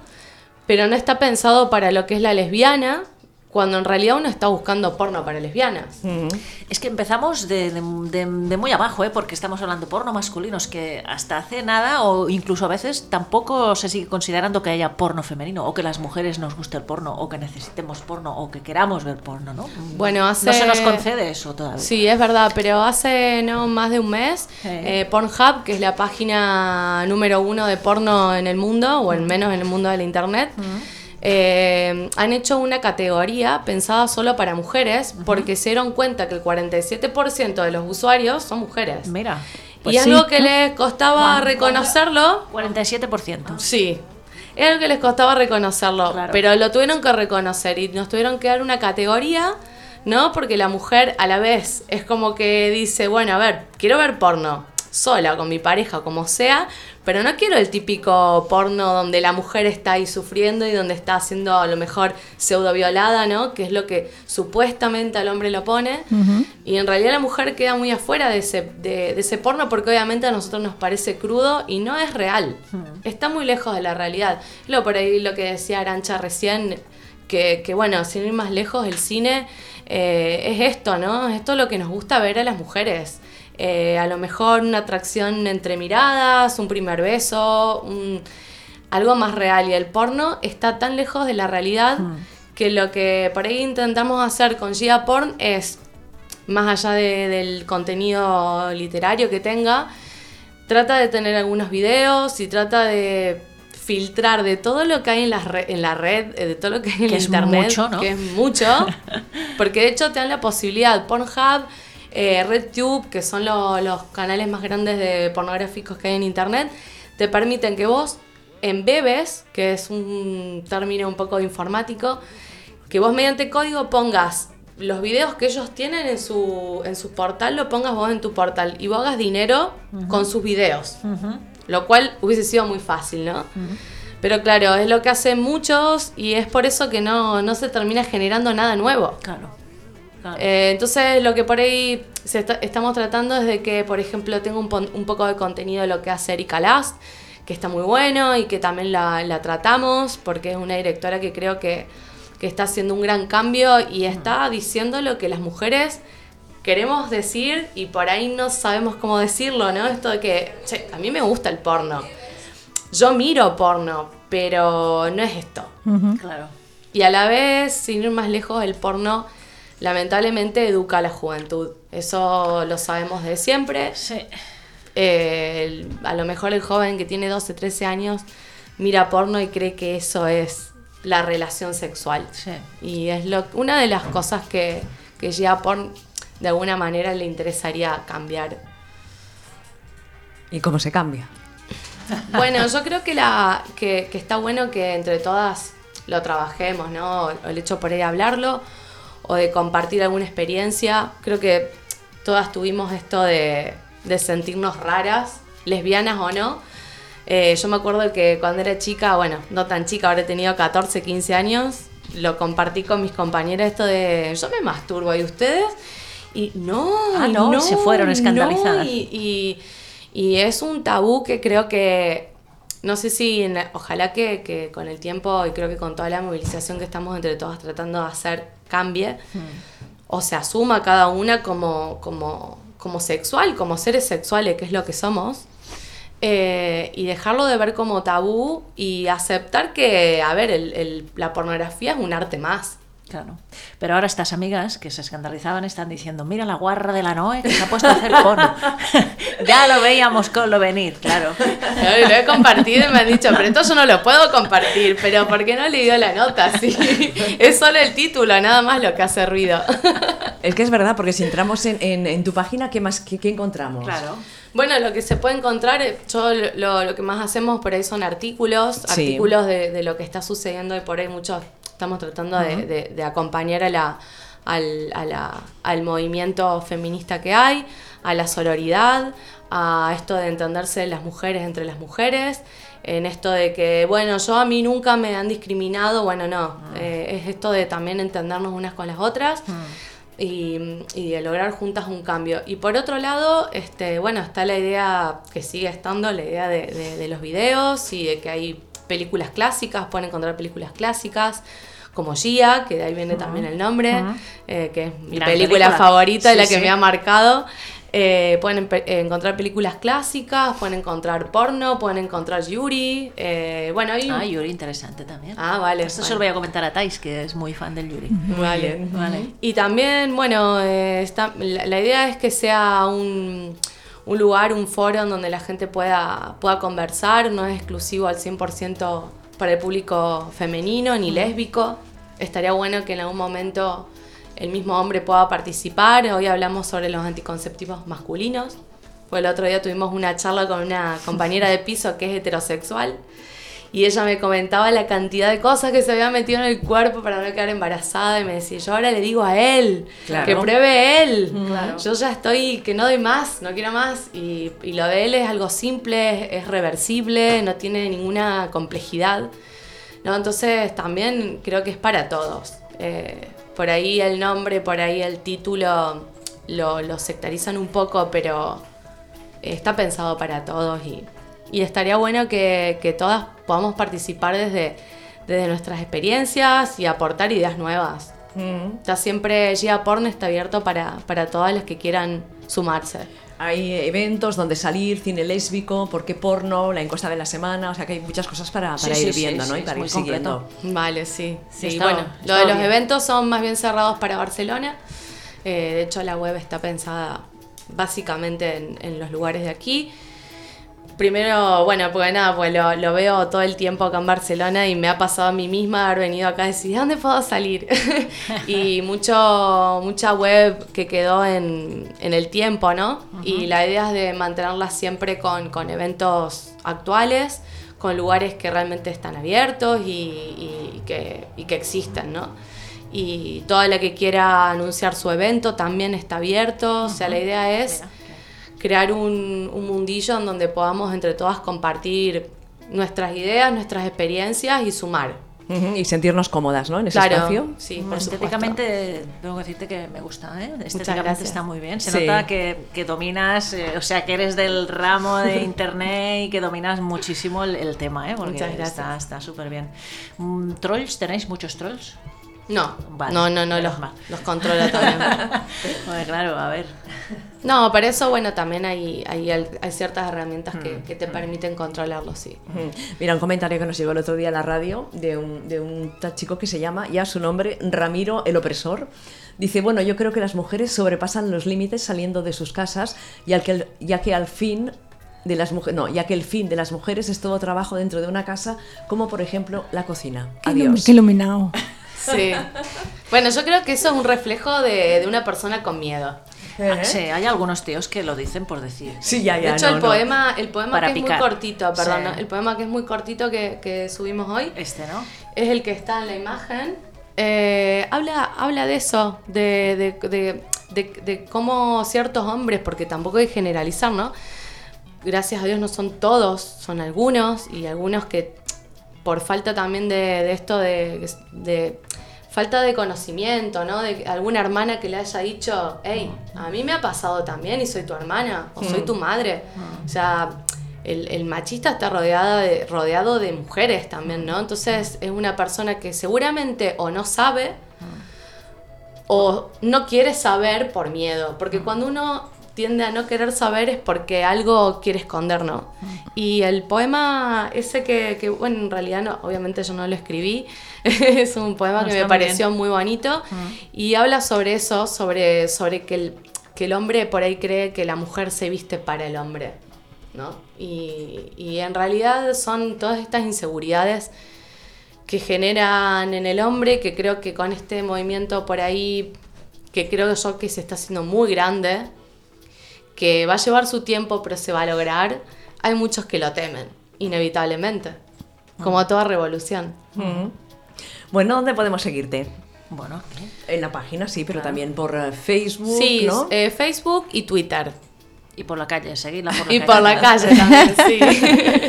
S5: pero no está pensado para lo que es la lesbiana, cuando en realidad uno está buscando porno para lesbianas.
S3: Mm.
S2: Es que empezamos de, de- de- de muy abajo, ¿eh? porque estamos hablando porno masculinos, que hasta hace nada o incluso a veces tampoco se sigue considerando que haya porno femenino o que las mujeres nos guste el porno o que necesitemos porno o que queramos ver porno, ¿no?
S5: Bueno, hace-
S2: No se nos concede eso todavía.
S5: Sí, es verdad, pero hace no más de un mes,
S2: Sí.
S5: eh, Pornhub, que es la página número uno de porno en el mundo, o al menos en el mundo del internet, eh, han hecho una categoría pensada solo para mujeres, porque se dieron cuenta que el 47% de los usuarios son mujeres.
S2: Mira,
S5: y
S3: sí,
S5: algo que les costaba reconocerlo,
S2: 47%.
S5: Sí. Es algo que les costaba reconocerlo,
S2: Claro.
S5: pero lo tuvieron que reconocer y nos tuvieron que dar una categoría, ¿no? Porque la mujer a la vez es como que dice, bueno, a ver, quiero ver porno, sola, con mi pareja, como sea, pero no quiero el típico porno donde la mujer está ahí sufriendo y donde está haciendo a lo mejor pseudo violada, ¿no? Que es lo que supuestamente al hombre lo pone. Y en realidad la mujer queda muy afuera de ese, de, de ese porno porque obviamente a nosotros nos parece crudo y no es real. Está muy lejos de la realidad. Lo por ahí lo que decía Arancha recién, que, que, bueno, sin ir más lejos, el cine eh, es esto, ¿no? Esto es lo que nos gusta ver a las mujeres. Eh, a lo mejor una atracción entre miradas, un primer beso, un- algo más real. Y el porno está tan lejos de la realidad
S2: Mm.
S5: que lo que por ahí intentamos hacer con Gia Porn es más allá de- del contenido literario que tenga, trata de tener algunos videos y trata de filtrar de todo lo que hay en la, re- en la red, eh, de todo lo que hay en
S2: Que es
S5: internet,
S2: mucho, ¿no?
S5: que es mucho, porque de hecho te dan la posibilidad, Pornhub, eh, RedTube, que son lo- los canales más grandes de pornográficos que hay en internet, te permiten que vos en bebes, que es un término un poco informático, que vos mediante código pongas los videos que ellos tienen en su, en su portal, lo pongas vos en tu portal y vos hagas dinero con sus videos. Lo cual hubiese sido muy fácil, ¿no? Pero claro, es lo que hacen muchos y es por eso que no, no se termina generando nada nuevo.
S2: Claro. claro.
S5: Eh, entonces, lo que por ahí se está- estamos tratando es de que, por ejemplo, tenga un, pon- un poco de contenido de lo que hace Erika Last, que está muy bueno y que también la, la tratamos, porque es una directora que creo que, que está haciendo un gran cambio y está diciendo lo que las mujeres queremos decir y por ahí no sabemos cómo decirlo, ¿no? Esto de que, che, a mí me gusta el porno. Yo miro porno, pero no es esto.
S2: claro.
S5: Y a la vez, sin ir más lejos, el porno lamentablemente educa a la juventud. Eso lo sabemos de siempre.
S2: Sí.
S5: Eh, el- a lo mejor el joven que tiene 12, 13 años mira porno y cree que eso es la relación sexual.
S2: Sí.
S5: Y es lo, una de las cosas que, que ya porn de alguna manera le interesaría cambiar.
S1: ¿Y cómo se cambia?
S5: Bueno, yo creo que, la, que, que está bueno que entre todas lo trabajemos, ¿no? El hecho por ahí de hablarlo o de compartir alguna experiencia. Creo que todas tuvimos esto de, de sentirnos raras, lesbianas o no. Eh, yo me acuerdo que cuando era chica, bueno, no tan chica, ahora he tenido 14, 15 años, lo compartí con mis compañeras esto de yo me masturbo y ustedes. Y no,
S2: Ah,
S5: y
S2: no, se fueron
S5: no,
S2: escandalizadas.
S5: y- y, y es un tabú que creo que, no sé si, en la- ojalá que, que con el tiempo y creo que con toda la movilización que estamos entre todas tratando de hacer cambie o se asuma cada una como, como, como sexual, como seres sexuales, que es lo que somos. eh, y dejarlo de ver como tabú y aceptar que, a ver, el- el- la pornografía es un arte más.
S2: Claro. Pero ahora estas amigas que se escandalizaban están diciendo, mira la guarra de la Noe que se ha puesto a hacer porno. ya lo veíamos con lo venir, claro.
S5: Ay, Lo he compartido y me han dicho, pero esto yo no lo puedo compartir, pero ¿por qué no le dio la nota? Sí, es solo el título, nada más lo que hace ruido.
S1: Es que es verdad, porque si entramos en, en- en tu página, ¿qué más qué, qué encontramos?
S5: Bueno, lo que se puede encontrar, eh, yo lo, lo que más hacemos por ahí son artículos,
S1: Sí.
S5: artículos de, de lo que está sucediendo y por ahí muchos estamos tratando de, de- de acompañar a la, al, a la- al movimiento feminista que hay, a la sororidad, a esto de entenderse las mujeres entre las mujeres, en esto de que, bueno, yo a mí nunca me han discriminado, bueno, no, eh, es esto de también entendernos unas con las otras y, y de lograr juntas un cambio. Y por otro lado, este, bueno, está la idea que sigue estando, la idea de, de- de los videos y de que hay películas clásicas, pueden encontrar películas clásicas como Gia, que de ahí viene también el nombre, eh, que es mi
S2: Gran
S5: película,
S2: película.
S5: favorita y
S2: Sí,
S5: la que
S2: sí.
S5: me ha marcado. Eh, pueden empe- eh, encontrar películas clásicas, pueden encontrar porno, pueden encontrar Yuri. eh, bueno, hay un-
S2: Ah, Yuri, interesante también.
S5: Ah, vale,
S2: Esto se
S5: vale.
S2: lo voy a comentar a Tais, que es muy fan del Yuri.
S5: Vale.
S2: Vale.
S5: Y también, bueno, eh, está- la, la idea es que sea un, un lugar, un foro en donde la gente pueda, pueda conversar, no es exclusivo al 100% para el público femenino ni lésbico. Estaría bueno que en algún momento el mismo hombre pueda participar. Hoy hablamos sobre los anticonceptivos masculinos. Pues el otro día tuvimos una charla con una compañera de piso que es heterosexual. Y ella me comentaba la cantidad de cosas que se había metido en el cuerpo para no quedar embarazada. Y me decía, yo ahora le digo a él,
S1: Claro.
S5: que pruebe él. Yo ya estoy, que no doy más, no quiero más. Y, y lo de él es algo simple, es, es reversible, no tiene ninguna complejidad. ¿no? Entonces también creo que es para todos. Eh, por ahí el nombre, por ahí el título lo, lo sectarizan un poco, pero está pensado para todos y, y estaría bueno que, que todas podamos participar desde, desde nuestras experiencias y aportar ideas nuevas.
S1: Mm.
S5: Está siempre Gia Porn está abierto para, para todas las que quieran sumarse.
S1: Hay eventos donde salir, cine lésbico, por qué porno, la encuesta de la semana, o sea que hay muchas cosas para,
S2: Sí,
S1: para
S2: sí,
S1: ir
S2: sí,
S1: viendo,
S2: sí,
S1: ¿no? y
S2: es
S1: para
S2: muy
S1: ir siguiendo.
S2: completo.
S5: Vale, sí. sí.
S2: Está-
S5: bueno,
S2: está
S5: lo de los
S2: bien.
S5: eventos son más bien cerrados para Barcelona. Eh, de hecho, la web está pensada básicamente en, en los lugares de aquí. Primero, bueno, porque nada, pues lo, lo veo todo el tiempo acá en Barcelona y me ha pasado a mí misma haber venido acá y decir, ¿dónde puedo salir? y mucho, mucha web que quedó en, en el tiempo, ¿no? Y la idea es de mantenerla siempre con, con eventos actuales, con lugares que realmente están abiertos y, y que, y que existen, ¿no? Y toda la que quiera anunciar su evento también está abierto, o sea, la idea es crear un, un mundillo en donde podamos entre todas compartir nuestras ideas, nuestras experiencias y sumar.
S1: Ujú, Y sentirnos cómodas, ¿no? En ese
S5: claro,
S1: espacio.
S5: sí,
S2: Mm,
S5: por supuesto.
S2: Estéticamente, tengo que decirte que me gusta, ¿eh? Estéticamente
S5: gracias.
S2: está muy bien. Se
S1: Sí.
S2: nota que, que dominas, eh, o sea, que eres del ramo de internet y que dominas muchísimo el, el tema, ¿eh? Porque
S5: Muchas gracias.
S2: está está súper bien. Mm, ¿Trolls? ¿Tenéis muchos trolls?
S5: No,
S2: Vale,
S5: no, no, no,
S2: menos
S5: los,
S2: mal.
S5: los controla también.
S2: Bueno, claro, a ver.
S5: no, para eso, bueno, también hay, hay, al- hay ciertas herramientas que, que te permiten controlarlo, sí.
S1: Ujú. Mira, un comentario que nos llegó el otro día a la radio de un, de un ta- chico que se llama, ya su nombre, Ramiro el Opresor. Dice, bueno, yo creo que las mujeres sobrepasan los límites saliendo de sus casas, y al que el- ya que al fin de las mujeres, no, ya que el fin de las mujeres es todo trabajo dentro de una casa, como por ejemplo la cocina.
S3: Qué ilumi-
S1: Adiós.
S3: qué iluminado.
S5: Sí. Bueno, yo creo que eso es un reflejo de, de una persona con miedo.
S3: Ah,
S1: Ajá.
S2: Ah, Sí, hay algunos tíos que lo dicen por decir.
S1: Sí, ya, ya.
S5: De hecho,
S1: no,
S5: el
S1: no.
S5: poema, el poema
S2: Para
S5: que es
S2: picar.
S5: muy cortito, perdón,
S2: Sí.
S5: ¿no? el poema que es muy cortito que, que subimos hoy
S2: Este, ¿no?
S5: es el que está en la imagen. Eh, habla, habla de eso, de, de- de- de- de cómo ciertos hombres, porque tampoco hay que generalizar, ¿no? Gracias a Dios no son todos, son algunos y algunos que por falta también de, de esto de, de falta de conocimiento, ¿no? De alguna hermana que le haya dicho, hey, a mí me ha pasado también y soy tu hermana o soy tu madre. O sea, el, el machista está rodeada de, rodeado de mujeres también, ¿no? Entonces es una persona que seguramente o no sabe o no quiere saber por miedo, porque cuando uno tiende a no querer saber es porque algo quiere esconder, ¿no? Y el poema ese que, que, bueno, en realidad no, obviamente yo no lo escribí, es un poema
S2: No,
S5: que
S2: está
S5: me
S2: muy
S5: pareció muy bonito y habla sobre eso, sobre, sobre que, el, que el hombre por ahí cree que la mujer se viste para el hombre, ¿no? Y, y en realidad son todas estas inseguridades que generan en el hombre, que creo que con este movimiento por ahí, que creo yo que se está haciendo muy grande, que va a llevar su tiempo pero se va a lograr, hay muchos que lo temen, inevitablemente, como toda revolución.
S1: Ujú. Bueno, ¿dónde podemos seguirte?
S2: Bueno, ¿eh?
S1: En la página, sí, pero también por eh, Facebook,
S5: sí,
S1: ¿no?
S5: eh, Facebook y Twitter.
S2: y por la calle, seguidla por la
S5: Y
S2: calle.
S5: por la
S2: claro.
S5: calle también, sí.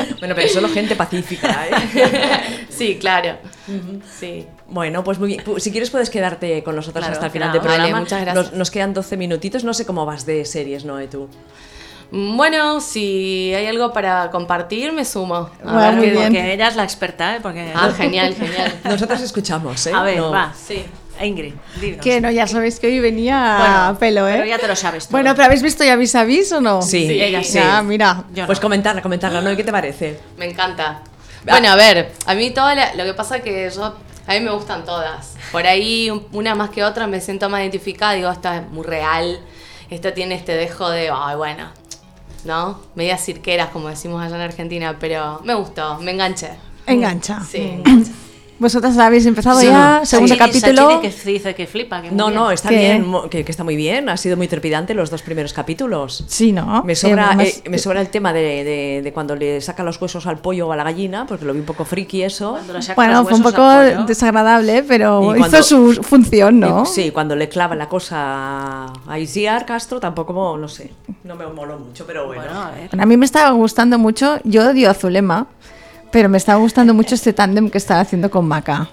S1: Bueno, pero solo gente pacífica, ¿eh?
S5: sí, claro. Sí.
S1: Bueno, pues muy bien. Pu- Si quieres puedes quedarte con nosotros
S2: Claro,
S1: hasta el final
S2: claro.
S1: del programa.
S5: Vale, muchas gracias.
S1: Nos, nos quedan 12 minutitos. No sé cómo vas de series, Noé, tú.
S5: Bueno, si hay algo para compartir, me sumo. A
S3: Bueno,
S5: ver
S3: muy
S5: qué-
S3: bien.
S2: Porque ella es la experta, ¿eh? Porque...
S5: Ah, genial, genial.
S1: Nosotros escuchamos, ¿eh?
S2: a ver,
S1: No.
S2: va.
S5: Sí.
S2: Ingrid, dinos.
S3: Que no, ya sabéis que hoy venía
S2: Bueno,
S3: a pelo, ¿eh?
S2: pero ya te lo sabes todo.
S3: Bueno, pero ¿habéis visto ya vis a vis o no?
S1: Sí,
S5: Sí.
S1: ella sí.
S3: Ah, mira.
S2: Yo
S1: Pues
S2: no.
S1: comentarla, comentarla, Noé, ¿qué te parece?
S5: Me encanta. Bueno, a ver, a mí toda la- lo que pasa que yo a mí me gustan todas. Por ahí un- una más que otra me siento más identificada, digo, esta es muy real. Esta tiene este dejo de, ay, bueno, ¿no? Medias cirqueras como decimos allá en Argentina, pero me gustó, me enganché.
S3: Engancha.
S5: Sí.
S3: Vosotras la habéis empezado
S1: Sí.
S3: ya, segundo
S2: Sí,
S3: capítulo.
S2: Sachini que dice que flipa. que muy
S1: No,
S2: bien.
S1: no, está
S3: ¿Qué?
S1: bien, mo- que, que está muy bien. Ha sido muy trepidante los dos primeros capítulos.
S3: Sí, ¿no?
S1: Me sobra,
S3: Eh, además-
S1: eh, me sobra el tema de, de- de cuando le saca los huesos al pollo o a la gallina, porque lo vi un poco friki eso.
S2: Cuando pues le saca
S3: Bueno,
S2: los
S3: fue un
S2: huesos
S3: poco
S2: al pollo.
S3: desagradable,
S1: Y
S3: pero
S1: cuando-
S3: hizo su función, ¿no?
S1: Y, sí, cuando le clava la cosa a Isiar Castro, tampoco, mo- no sé, no me moló mucho, pero bueno.
S2: Bueno, a ver.
S3: A mí me estaba gustando mucho, yo odio a Zulema, pero me estaba gustando mucho este tándem que estaba haciendo con Maca,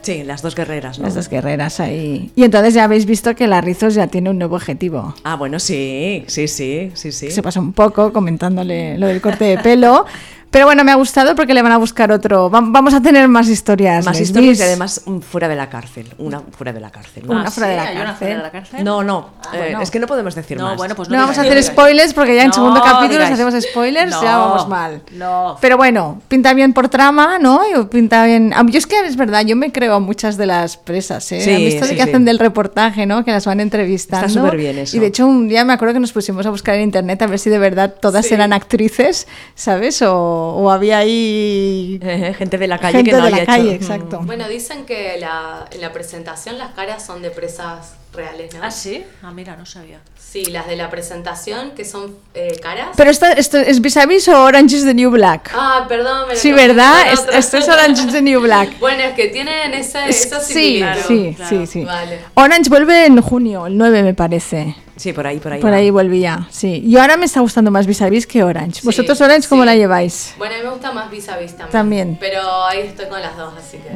S1: Sí, las dos guerreras, ¿no?
S3: las dos guerreras ahí. Y entonces ya habéis visto que la Rizos ya tiene un nuevo objetivo.
S1: Ah, bueno, sí, sí, sí, sí, sí.
S3: Se pasó un poco comentándole lo del corte de pelo, Pero bueno, me ha gustado porque le van a buscar otro. Va- Vamos a tener más historias.
S1: Más
S3: lesbis.
S1: historias y además mm, fuera de la cárcel. Una fuera de la cárcel.
S3: Una fuera de la
S2: Ah, ¿Hay una fuera de la cárcel?
S1: No, no. eh,
S3: bueno.
S1: Es que no podemos decir
S2: No,
S1: más.
S2: bueno, pues
S3: No, vamos a
S2: digáis.
S3: hacer spoilers porque ya en
S2: No
S3: segundo capítulo nos
S2: digáis.
S3: hacemos spoilers,
S2: No,
S3: ya vamos mal.
S2: No.
S3: Pero bueno, pinta bien por trama, ¿no? Y Pinta bien. a mí- Yo es que es verdad, yo me creo a muchas de las presas, ¿eh?
S1: Sí,
S3: ¿Han visto de
S1: sí,
S3: que
S1: sí.
S3: hacen del reportaje, ¿no? Que las van entrevistando.
S1: Está superbién eso.
S3: Y de hecho, un día me acuerdo que nos pusimos a buscar en internet a ver si de verdad todas eran actrices, ¿sabes? O, o había ahí
S1: Eh, gente de la calle
S3: gente
S1: que no
S3: de
S1: haya
S3: la
S1: hecho-
S3: calle,
S1: Mm.
S3: exacto.
S5: Bueno, dicen que la, en la presentación las caras son de presas reales, ¿no?
S2: Ah, sí. Ah, mira, no sabía.
S5: Sí, las de la presentación que son eh, caras.
S3: Pero esto, esto es vis a vis o Orange is the New Black.
S5: Ah, perdón, me lo
S3: sí,
S5: confundí
S3: ¿verdad?
S5: con
S3: Es-
S5: otra.
S3: esto es Orange is the New Black.
S5: Bueno, es que tienen esa, esa
S3: Sí,
S5: similitud.
S3: sí,
S2: claro,
S3: sí, sí.
S5: vale.
S3: Orange vuelve en junio, el 9 me parece.
S1: Sí, por ahí, por ahí.
S3: Por
S1: va.
S3: ahí volvía, sí. Y ahora me está gustando más Vis a Vis que Orange.
S5: Sí,
S3: ¿Vosotros Orange cómo
S5: sí.
S3: la lleváis?
S5: Bueno, a mí me gusta más vis a vis también.
S3: También.
S5: Pero ahí estoy con las dos, así que.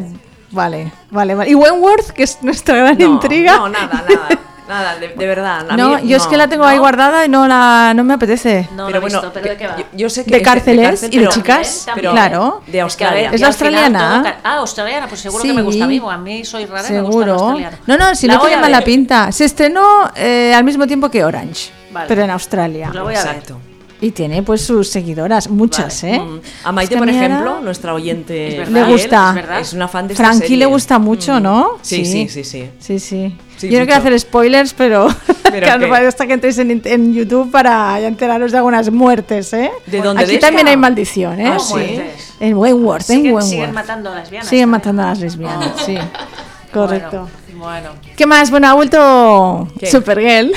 S3: Vale, vale, vale. ¿Y Wentworth, que es nuestra gran
S1: No,
S3: intriga?
S1: No, nada, nada. Nada, de, de verdad. a
S3: No,
S1: mí-
S3: yo es que la tengo ahí
S1: no.
S3: guardada y no, la, no me apetece.
S2: No,
S1: pero
S2: no he
S1: bueno,
S2: visto, pero ¿de qué va?
S1: yo, yo sé que
S3: De
S1: es
S3: cárceles y de
S1: pero-
S3: chicas,
S2: También,
S3: claro.
S1: De
S2: Es que, a
S1: Australia.
S2: ver,
S3: Es
S2: y al
S3: australiana.
S2: final todo ca- Ah, australiana, pues seguro que me gusta a mí,
S3: Sí.
S2: porque a mí soy rara, me gusta lo
S3: Seguro.
S2: australiano.
S3: No, no, si
S2: La
S3: no
S2: voy
S3: tiene
S2: a
S3: mala
S2: ver.
S3: pinta. Se estrenó eh, al mismo tiempo que Orange,
S2: Vale.
S3: pero en Australia.
S2: Pues la voy a ver.
S1: Exacto.
S3: Y tiene pues sus seguidoras, muchas, ¿eh?
S1: Mm. A Maite,
S3: Es que
S1: por
S3: a mí ahora-
S1: ejemplo, nuestra oyente
S2: Es
S3: Le
S2: verdad,
S3: gusta.
S2: es verdad.
S1: es una fan de esta
S3: Frankie le
S1: serie.
S3: gusta mucho, ¿no?
S1: Sí, sí, sí, sí.
S3: Sí, sí.
S1: Sí,
S3: Yo no quiero
S1: mucho.
S3: hacer spoilers, pero,
S1: ¿Pero
S3: claro,
S1: qué?
S3: para esta que entréis en, en YouTube para enteraros de algunas muertes, ¿eh?
S1: ¿De dónde
S3: Aquí
S1: de
S3: también
S1: esta?
S3: hay maldición, ¿eh?
S2: Ah,
S1: sí.
S2: muertes.
S3: En Wentworth, en
S2: Siguen,
S3: Wentworth.
S2: siguen matando a lesbianas.
S3: Siguen
S2: también.
S3: matando a las lesbianas, sí. Correcto.
S2: Bueno, bueno.
S3: ¿Qué más? Bueno, ha vuelto
S1: ¿Qué?
S3: Supergirl.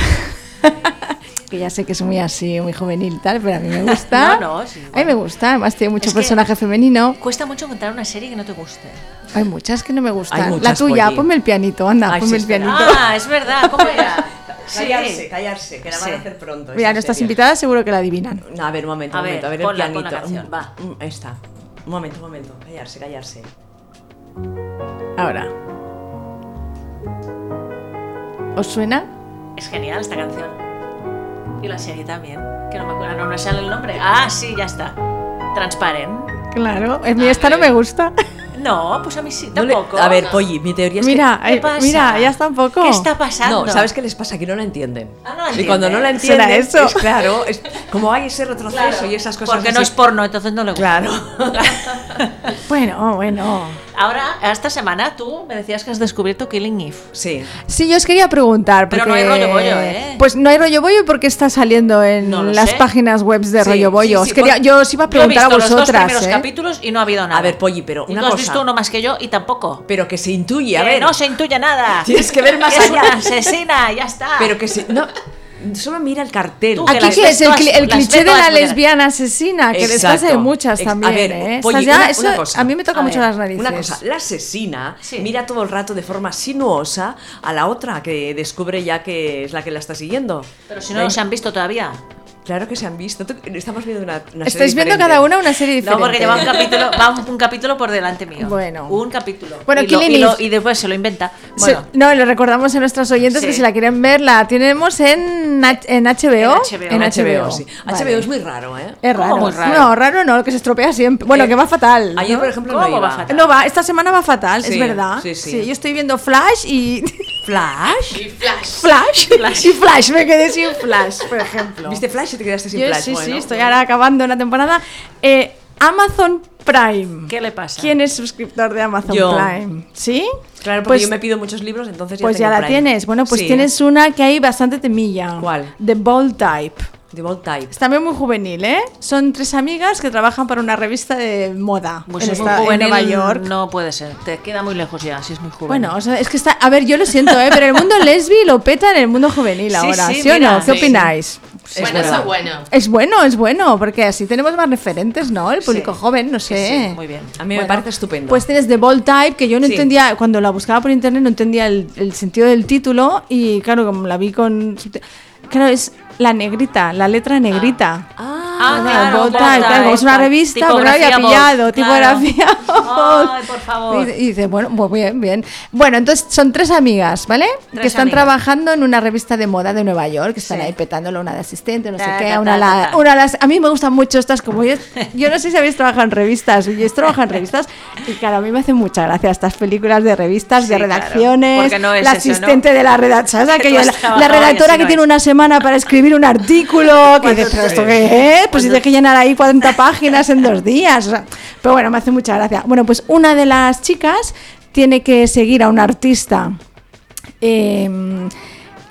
S3: que ya sé que es muy así, muy juvenil y tal, pero a mí me gusta.
S2: No, no, sí,
S3: A mí me gusta, además tiene mucho
S2: Es que-
S3: personaje femenino.
S2: Cuesta mucho encontrar una serie que no te guste.
S3: Hay muchas que no me gustan.
S1: Hay
S3: la
S1: muchas,
S3: tuya,
S1: Polly.
S3: ponme el pianito, anda,
S1: Ay,
S3: ponme
S1: sí,
S3: el
S1: espera.
S3: pianito.
S2: Ah, es verdad, ¿cómo era? Sí.
S1: callarse, que
S2: la van a hacer
S1: pronto.
S3: Mira, nuestras invitadas seguro que la adivinan.
S1: No, a ver, un momento,
S2: A
S1: un
S2: ver,
S1: momento. A ver,
S2: ponla,
S1: el
S2: pon la
S1: pianito.
S2: canción,
S1: Mm,
S2: va.
S1: mm, Ahí está. Un momento, un momento. Callarse, callarse.
S3: Ahora. ¿Os suena?
S2: Es genial esta canción. Y la serie también, que no me acuerdo, no me sale el nombre. Ah, sí, ya está. Transparent.
S3: Claro, a mí esta no me gusta.
S2: No, pues a mí sí,
S1: No le-
S2: tampoco.
S1: a ver, pues, Polly, mi teoría es
S3: Mira,
S2: ¿Qué
S3: eh,
S2: pasa?
S3: mira, ya está un poco.
S2: ¿Qué está
S1: que...
S2: pasando?
S1: No, ¿sabes qué les pasa? Que no la entienden.
S2: Ah, no la
S1: y cuando no la
S3: entienden.
S1: entienden,
S3: ¿Será eso?
S1: es claro, es como hay ese retroceso
S2: Claro,
S1: y esas cosas
S2: Porque
S1: así.
S2: no es porno, entonces no le gusta.
S1: Claro.
S3: Bueno, oh, bueno.
S2: Ahora, esta semana tú me decías que has descubierto Killing Eve.
S1: Sí.
S3: Sí, yo os quería preguntar.
S2: Pero no
S3: porque-
S2: hay rollo bollo, ¿eh?
S3: Pues no hay rollo bollo porque está saliendo en
S2: No lo
S3: las
S2: sé.
S3: páginas web de
S1: Sí,
S3: rollo bollo.
S2: Sí,
S3: Os
S2: sí,
S3: quería-
S2: pues,
S3: yo os iba a
S2: yo he
S3: preguntar
S2: visto
S3: a
S2: los dos
S3: vosotras.
S2: primeros
S3: ¿eh?
S2: capítulos y no ha habido nada.
S1: A ver, Polly, pero
S2: Y
S1: una
S2: tú has
S1: cosa.
S2: visto uno más que yo y tampoco.
S1: Pero que se intuye, a
S2: Que
S1: ver.
S2: no se intuye nada.
S1: Tienes que ver más
S2: Es
S1: allá.
S2: una asesina, ya está.
S1: Pero que se. No, solo mira el cartel.
S2: Tú, que
S3: Aquí
S2: las
S3: que
S2: ves
S3: es el,
S2: todas-
S3: cli-
S2: las
S3: el
S2: ves
S3: cliché de
S2: todas
S3: la
S2: mujeres.
S3: lesbiana asesina, que después hay
S1: Exacto.
S3: muchas
S1: Ex-
S3: también.
S1: a ver,
S3: ¿eh? Estas
S1: Polly,
S3: ya-
S1: una-
S3: eso
S1: una cosa.
S3: a mí me toca
S2: A
S3: mucho
S2: ver,
S3: las narices.
S1: Una cosa, la asesina
S2: Sí.
S1: mira todo el rato de forma sinuosa a la otra que descubre ya que es la que la está siguiendo.
S2: Pero si no, no se han visto todavía.
S1: Claro que se han visto. Tú- Estamos viendo una, una serie
S3: Estáis viendo
S1: diferente.
S3: cada una una serie
S2: No,
S3: diferente.
S2: porque lleva un capítulo, va un, un capítulo por delante mío.
S3: Bueno.
S2: Un capítulo.
S3: Bueno,
S2: y, lo-
S3: Killing
S2: y lo-
S3: Eve.
S2: y después se lo inventa.
S3: Se-
S2: Bueno,
S3: no, lo recordamos a nuestros oyentes
S2: Sí.
S3: que si la quieren ver, la tenemos en, H- en HBO.
S2: En HBO.
S1: En HBO,
S3: HBO,
S1: sí.
S3: vale.
S1: HBO es muy raro, ¿eh?
S3: Es
S2: ¿Cómo
S3: raro.
S2: muy raro?
S3: No, raro no, que se estropea siempre. Bueno,
S1: Eh,
S3: que va fatal.
S1: Ayer,
S3: ¿no?
S1: por ejemplo, no
S2: ¿Cómo
S1: iba.
S2: va fatal?
S3: No va, esta semana va fatal, es
S1: Sí,
S3: verdad.
S1: sí, sí.
S3: yo estoy viendo Flash y.
S1: ¿Flash?
S5: Y Flash.
S3: Flash. Y Flash, me quedé sin Flash, por ejemplo.
S1: ¿Viste Flash y te quedaste sin
S3: Yo
S1: Flash?
S3: sí,
S1: Bueno.
S3: sí, estoy ahora acabando una temporada. Eh, Amazon Prime.
S2: ¿Qué le pasa?
S3: ¿Quién es suscriptor de Amazon
S1: Yo.
S3: Prime? ¿Sí?
S1: Claro, porque
S3: pues,
S1: yo me pido muchos libros, entonces ya
S3: pues ya
S1: tengo
S3: la
S1: Prime.
S3: tienes. Bueno, pues
S1: Sí.
S3: tienes una que hay bastante temilla.
S1: ¿Cuál?
S3: The Bold Type.
S1: The Bold Type.
S3: Es también muy juvenil, ¿eh? Son tres amigas que trabajan para una revista de moda
S2: Pues
S3: en,
S2: es muy
S3: esta- en
S2: juvenil,
S3: Nueva York.
S2: No puede ser. Te queda muy lejos ya, si es muy joven.
S3: Bueno, o sea, es que está. A ver, yo lo siento, ¿eh? Pero el mundo lesbi lo peta en el mundo juvenil
S2: Sí,
S3: ahora.
S2: sí,
S3: ¿Sí, o
S2: mira,
S3: no?
S2: sí.
S3: ¿Qué opináis?
S5: bueno,
S1: verdad.
S5: eso es bueno.
S3: Es bueno, es bueno, porque así tenemos más referentes, ¿no? El público
S2: Sí.
S3: joven, no
S2: Sí,
S3: sé.
S2: sí, muy bien.
S1: A mí me parece estupendo.
S3: eh, Pues tienes The Bold Type, que yo no
S1: Sí.
S3: entendía, cuando la buscaba por internet no entendía el, el sentido del título y claro, como la vi con... subti- Claro, es la negrita, la letra negrita.
S1: Ah,
S2: Ah, claro,
S3: Bota,
S2: Bota,
S3: claro, es una
S2: esta,
S3: revista, pero lo
S2: tipografía
S3: había
S2: Vogue, claro.
S3: pillado, tipografía.
S2: Ay,
S3: Vogue.
S2: por favor.
S3: Y, y dice, bueno, pues bien, bien. Bueno, entonces son tres amigas, ¿vale?
S2: Tres
S3: que están
S2: amigas.
S3: trabajando en una revista de moda de Nueva York, que están
S2: Sí.
S3: ahí petándolo, una de asistente, no
S2: Ta,
S3: sé qué,
S2: ta,
S3: una,
S2: ta,
S3: la-
S2: ta, ta.
S3: una las... A mí me gustan mucho estas, como yo, yo no sé si habéis trabajado en revistas, yo he trabajado en revistas, y claro, a mí me hacen mucha gracia estas películas de revistas, de
S2: Sí, claro,
S3: redacciones,
S2: porque no es
S3: la
S2: eso, ¿no?
S3: asistente de la redacción,
S2: Que tú
S3: la,
S2: has
S3: la
S2: trabajado ¿eh? y así
S3: redactora que
S2: no
S3: tiene
S2: es.
S3: una semana para escribir un artículo, que dice, pero esto qué es, pues si tienes que llenar ahí 40 páginas en dos días. o sea, pero bueno, me hace mucha gracia. Bueno, pues una de las chicas tiene que seguir a una artista eh,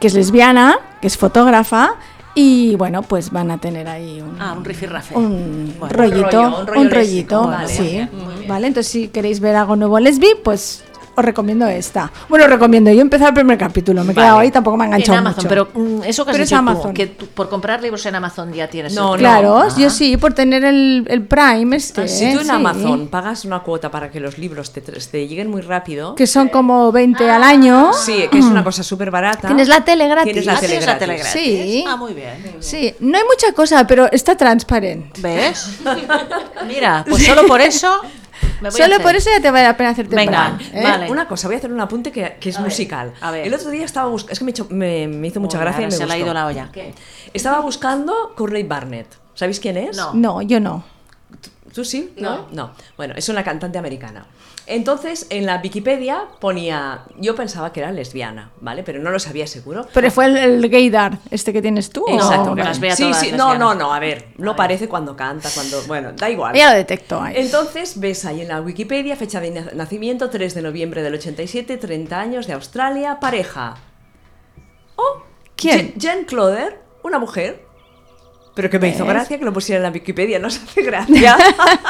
S3: que es lesbiana, que es fotógrafa, y bueno, pues van a tener ahí un...
S2: Ah, un rifirrafe.
S3: un
S2: Bueno.
S3: rollito,
S1: rollo, un
S3: un,
S1: rollo
S3: rollito,
S1: lésico, vale,
S3: sí.
S1: vale, muy bien.
S3: Vale, entonces si queréis ver algo nuevo lesbi, pues os recomiendo esta. Bueno, os recomiendo, yo empecé el primer capítulo, me he quedado
S2: Vale.
S3: ahí, tampoco me ha enganchado
S2: En Amazon,
S3: mucho.
S2: pero mm, eso que has
S3: Pero es
S2: dicho tú,
S3: Amazon.
S2: que tú por comprar libros en Amazon ya tienes.
S1: No,
S2: el-
S3: Claro,
S2: Ah.
S3: yo sí, por tener el, el Prime este.
S1: Si tú en
S3: sí.
S1: Amazon pagas una cuota para que los libros te, te lleguen muy rápido,
S3: Que son como 20 al año.
S1: sí, que es una cosa súper barata.
S3: Tienes la tele gratis.
S1: Tienes la
S2: Ah,
S1: tele
S2: tienes la
S1: gratis.
S2: tele gratis.
S3: Sí.
S2: Ah, muy bien.
S3: Mm. Sí, no hay mucha cosa, pero está transparente.
S2: ¿Ves? Mira, pues solo por eso. me voy a
S3: Solo
S2: hacer.
S3: por eso ya te vale la pena hacerte el
S2: Venga,
S3: Prime,
S1: Eh,
S3: ¿eh?
S2: vale.
S1: Una cosa, voy a hacer un apunte que, que es musical.
S2: a ver.
S1: El otro día estaba buscando. Es que me, cho- me- me hizo mucha
S2: Uy,
S1: gracia y
S2: ahora
S1: me
S2: se le ha
S1: gustó.
S2: ido la olla.
S1: Estaba buscando Curly Barnett. ¿Sabéis quién es?
S2: No.
S3: No, yo no.
S1: ¿Tú sí? No. No. Bueno, es una cantante americana. Entonces, en la Wikipedia ponía. Yo pensaba que era lesbiana, ¿vale? Pero no lo sabía seguro.
S3: Pero fue el, el gaydar este que tienes tú. ¿o?
S1: Exacto.
S2: que las vea
S1: sí,
S2: todas
S1: sí. No,
S2: lesbianas.
S1: no, no. A ver, no parece cuando canta, cuando. Bueno, da igual.
S3: Ya lo detectó ahí.
S1: Entonces ves ahí en la Wikipedia fecha de na- nacimiento 3 de noviembre del 87, 30 años de Australia, pareja. Oh,
S3: ¿Quién?
S1: Je- Jen Cloder, una mujer. Pero que me hizo gracia que lo pusiera en la Wikipedia, no se hace gracia.
S3: Bueno,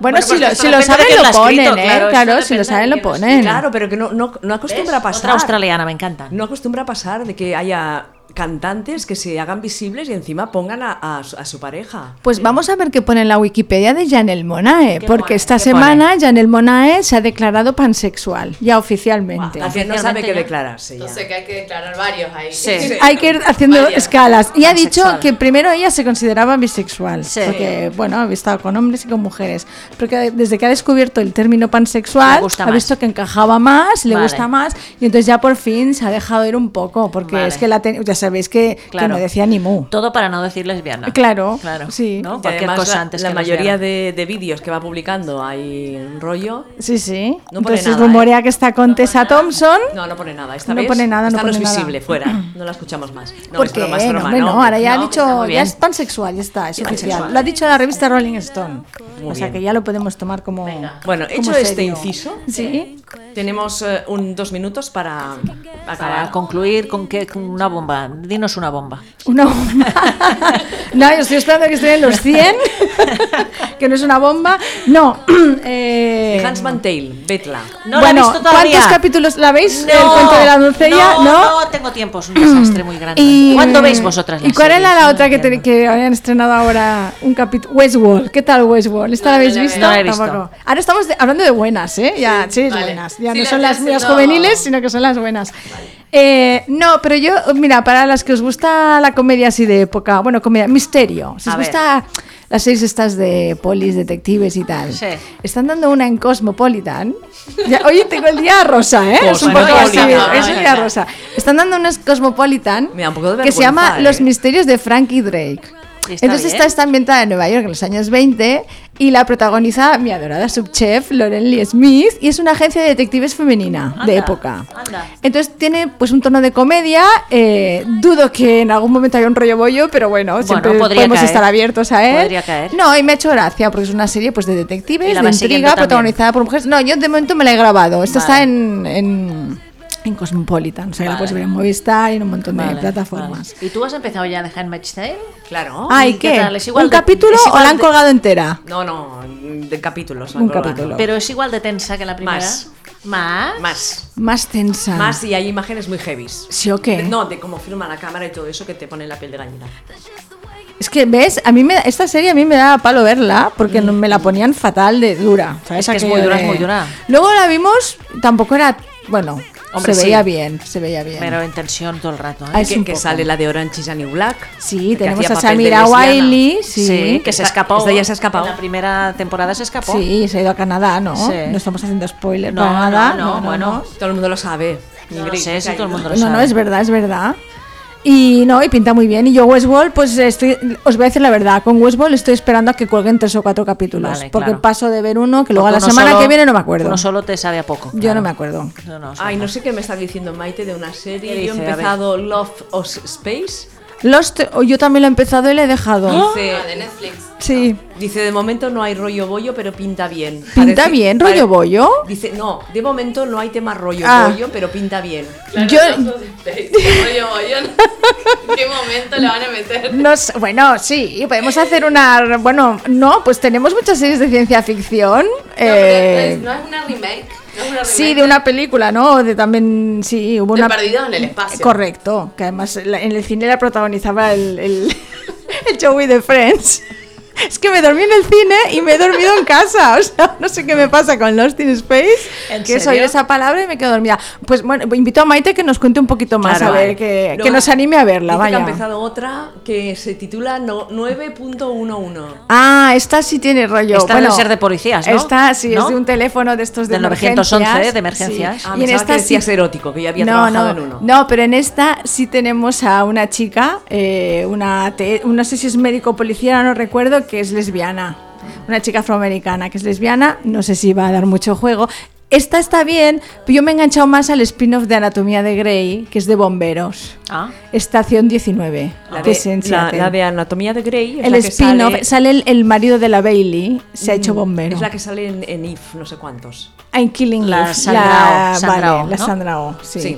S2: Bueno,
S3: si,
S2: pues
S3: lo,
S2: esto
S3: si lo
S2: depende de
S3: saben,
S2: quién lo
S3: lo
S2: ha
S3: ponen,
S2: escrito,
S3: ¿eh?
S2: claro,
S3: Claro,
S2: eso
S3: si lo
S2: depende
S3: saben,
S2: de
S3: lo
S2: quién lo
S3: ponen.
S1: claro, pero que no, no, no acostumbra a
S2: ¿Ves?
S1: pasar.
S2: Otra australiana, me encanta.
S1: No acostumbra a pasar de que haya cantantes que se hagan visibles y encima pongan a, a su, a su pareja.
S3: Pues vamos a ver qué pone en la Wikipedia de Janel Monae,
S2: ¿Qué
S3: porque
S2: pone?
S3: esta
S2: ¿Qué
S3: semana Janel Monae se ha declarado pansexual, ya oficialmente.
S1: La que no sabe qué
S2: ya.
S1: declararse. ya.
S5: Entonces que hay que declarar varios ahí.
S2: Sí.
S3: Hay que ir haciendo
S5: Vaya.
S3: escalas. Y ha dicho
S2: Pansexual.
S3: que primero ella se consideraba bisexual,
S2: Sí.
S3: porque bueno, ha estado con hombres y con mujeres. Porque desde que ha descubierto el término pansexual,
S2: Le gusta
S3: ha
S2: más.
S3: visto que encajaba más, le
S2: Vale.
S3: gusta más, y entonces ya por fin se ha dejado ir un poco, porque
S2: Vale.
S3: es que la ten- ya sabéis que, que
S2: Claro.
S3: no decía ni mu.
S2: Todo para no decir lesbiana.
S3: Claro,
S2: Claro.
S3: sí.
S2: ¿no?
S1: Y
S2: Cualquier
S1: además
S2: cosa
S1: la,
S2: antes
S1: la
S2: que
S1: mayoría
S2: lesbiana.
S1: de, de vídeos que va publicando hay un rollo.
S3: Sí, sí.
S1: No pone
S3: entonces
S1: nada,
S3: rumorea que está con Tessa Thompson.
S1: No, no pone nada. Esta
S3: No
S1: vez,
S3: pone nada, no
S1: esta
S3: pone
S1: es
S3: nada.
S1: visible, fuera. No la escuchamos más. No, es
S3: Porque
S1: broma, es
S3: no,
S1: broma,
S3: hombre, no,
S1: no.
S3: ahora ya
S2: No,
S3: ha
S2: está
S3: dicho,
S2: muy
S3: ya
S2: bien.
S3: es pansexual, ya está, es oficial.
S1: Pansexual.
S3: Lo ha dicho la revista Rolling Stone.
S1: Muy
S3: o sea
S1: bien.
S3: que ya lo podemos tomar como.
S1: Bueno,
S3: como
S1: hecho este
S3: serio.
S1: inciso,
S3: Sí.
S1: tenemos eh, un, dos minutos para acabar.
S2: Para concluir con que con una bomba. Dinos una bomba.
S3: Una bomba. no, yo estoy esperando que estén en los 100, que no es una bomba. No. eh,
S1: Hans Van Tail, Betla.
S2: No la he
S3: bueno,
S2: visto todavía.
S3: ¿cuántos capítulos la veis?
S2: No,
S3: el cuento de la doncella, ¿no?
S2: No, tengo tiempo, es un desastre muy grande. ¿Cuándo veis vosotras
S3: ¿Y
S2: las
S3: cuál era
S2: series?
S3: la
S2: No
S3: otra que, te-
S2: entiendo.
S3: que habían estrenado ahora? Un capítulo. Westworld. ¿Qué tal Westworld? ¿Esta la
S5: No, no
S3: habéis
S5: la he
S3: visto?
S5: visto.
S2: No la he visto.
S3: Tampoco. Ahora estamos de- hablando de buenas, ¿eh? Ya, sí,
S5: vale.
S3: buenas. Ya
S5: Sí,
S3: no
S5: la
S3: son las,
S5: estoy
S3: las
S5: haciendo-
S3: juveniles, sino que son las buenas. Eh, no, pero yo, mira, para las que os gusta la comedia así de época, bueno, comedia, misterio. Si
S2: A
S3: os
S2: ver.
S3: gusta las series estas de polis, detectives y tal.
S2: Sí.
S3: Están dando una en Cosmopolitan. Ya, oye, tengo el día rosa, ¿eh? Es un poco así,
S1: Cosmopolitan.
S3: es el día rosa. Están dando unas Cosmopolitan
S1: Me da un poco de
S3: que se
S1: vergüenza,
S3: llama
S1: ¿eh?
S3: Los Misterios de Frankie Drake.
S2: ¿Y está
S3: Entonces
S2: bien?
S3: esta está ambientada en Nueva York en los años 20 y la protagoniza mi adorada subchef Lauren Lee Smith y es una agencia de detectives femenina de
S2: Anda,
S3: época.
S2: anda.
S3: Entonces tiene pues un tono de comedia, eh, dudo que en algún momento haya un rollo bollo, pero bueno, siempre
S2: podría
S3: podemos
S2: caer.
S3: estar abiertos a él.
S2: Podría caer.
S3: No, y me ha hecho gracia porque es una serie pues de detectives,
S2: Y la
S3: de
S2: vas siguiendo
S3: intriga,
S2: también.
S3: protagonizada por mujeres. No, yo de momento me la he grabado. Esta
S2: Vale.
S3: está en, en, en Cosmopolitan, o sea, la
S2: Vale.
S3: puedes ver en Movistar y en un montón de
S2: Vale,
S3: plataformas.
S2: vale. ¿Y tú has empezado ya a dejar Match Tale?
S1: Claro.
S3: Ay,
S2: ¿Y
S3: ¿qué?
S2: qué tal? ¿Es igual
S3: ¿Un
S2: de-
S3: capítulo
S2: es
S3: o
S2: igual
S3: la han
S2: de-
S3: colgado entera?
S1: No, no, de capítulos.
S3: Un
S1: me acuerdo.
S3: capítulo.
S2: Pero es igual de tensa que la primera.
S1: Más.
S2: Más.
S1: Más.
S3: Más tensa.
S1: Más y hay imágenes muy heavies.
S3: ¿Sí o qué?
S1: No, de cómo firma la cámara y todo eso que te pone la piel de gallina.
S3: Es que, ¿ves? A mí me, esta serie a mí me daba palo verla porque no- me la ponían fatal de dura. ¿sabes?
S2: Mm. Es que es
S3: Aquello
S2: muy dura,
S3: de-
S2: es muy dura.
S3: Luego la vimos, tampoco era... Bueno...
S2: Hombre,
S3: se
S2: sí.
S3: veía bien, se veía bien.
S2: Pero en tensión todo el rato. ¿eh?
S3: Ay, Es
S1: que,
S3: un
S1: que
S3: poco.
S1: sale la de Orange is the New Black.
S3: sí,
S1: que
S3: tenemos
S1: hacía
S3: a
S1: papel de
S3: Samira
S1: lesbiana.
S3: Wiley, sí,
S2: Sí, que
S1: Esta-
S2: se escapó.
S1: esta ya se ha escapado.
S2: En la primera temporada se escapó.
S3: Sí, se ha ido a Canadá, ¿no?
S2: Sí.
S3: No estamos haciendo spoiler
S2: No,
S3: para
S2: no,
S3: nada.
S2: no, bueno.
S1: Todo el mundo lo sabe.
S2: No lo sé si todo el mundo lo
S3: No,
S2: sabe.
S3: no, es verdad, es verdad. Y no, y pinta muy bien. Y yo Westworld, pues estoy, os voy a decir la verdad, con Westworld estoy esperando a que cuelguen tres o cuatro capítulos,
S2: Vale,
S3: porque
S2: claro.
S3: paso de ver uno que luego
S2: Porque
S3: a la
S2: uno
S3: semana
S2: solo-
S3: que viene no me acuerdo.
S2: Uno solo te sabe a poco.
S3: yo
S2: claro.
S3: no me acuerdo.
S2: No, no,
S1: Ay,
S2: sí.
S1: no sé qué me está diciendo Maite de una serie.
S2: ¿Qué
S1: Yo he
S2: dice? A ver.
S1: empezado Love of Space.
S3: Lost, oh, yo también lo he empezado y lo he dejado.
S2: ¿Ah?
S1: Dice,
S5: de Netflix.
S3: Sí.
S1: dice, de momento no hay rollo bollo, pero pinta bien.
S3: ¿Pinta
S1: Parece-
S3: bien, rollo
S1: pare-
S3: bollo?
S1: Dice, no, de momento no hay tema rollo
S3: Ah.
S1: bollo, pero pinta bien.
S3: Yo-
S5: ¿En qué momento la van a meter?
S3: No sé, bueno, sí, podemos hacer una... Bueno, no, pues tenemos muchas series de ciencia ficción. eh,
S5: no, es una remake. No es una remake.
S3: Sí, de una película, ¿no? O De también, sí, hubo
S5: De
S3: una...
S5: Perdidos en el espacio.
S3: Correcto, que además la- en el cine la protagonizaba el, el, el Joey de Friends. Es que me dormí en el cine y me he dormido en casa, o sea, no sé qué me pasa con Lost in Space,
S2: ¿En
S3: que
S2: serio?
S3: soy esa palabra y me quedo dormida. Pues bueno, invito a Maite que nos cuente un poquito más,
S2: Claro,
S3: a ver,
S2: vale.
S3: que, que
S1: Luego,
S3: nos anime a verla,
S1: dice que ha
S3: vaya.
S1: empezado otra que se titula no- 9.11.
S3: Ah, esta sí tiene rollo.
S2: Esta debe ser de policías, ¿no?
S3: Esta sí,
S2: ¿no?
S3: es de un teléfono de estos de
S2: Del 911 de emergencias.
S3: sí.
S1: Ah,
S3: y en
S1: pensaba
S3: esta
S1: que
S3: sí
S1: decías erótico, que yo había
S3: no,
S1: trabajado
S3: no,
S1: en uno.
S3: no, pero en esta sí tenemos a una chica, eh, una, te- no sé si es médico o policía, no recuerdo, que es lesbiana. Una chica afroamericana que es lesbiana, no sé si va a dar mucho juego. Esta está bien, pero yo me he enganchado más al spin-off de Anatomía de Grey, que es de bomberos.
S2: Ah.
S3: Estación 19,
S1: La
S3: que es
S1: de,
S3: en
S1: la,
S3: Seattle.
S1: la de Anatomía de Grey. es
S3: el
S1: la que
S3: spin-off,
S1: sale- Mm,
S3: sale, el, el marido de la Bailey, se ha hecho bombero.
S1: Es la que sale en, en If, no sé cuántos.
S3: En Killing
S2: La
S3: Eve,
S2: Sandra Oh,
S3: la,
S2: Sandra
S3: vale,
S2: Oh,
S3: la
S2: ¿no?
S3: Sandra Oh, sí.
S1: Sí.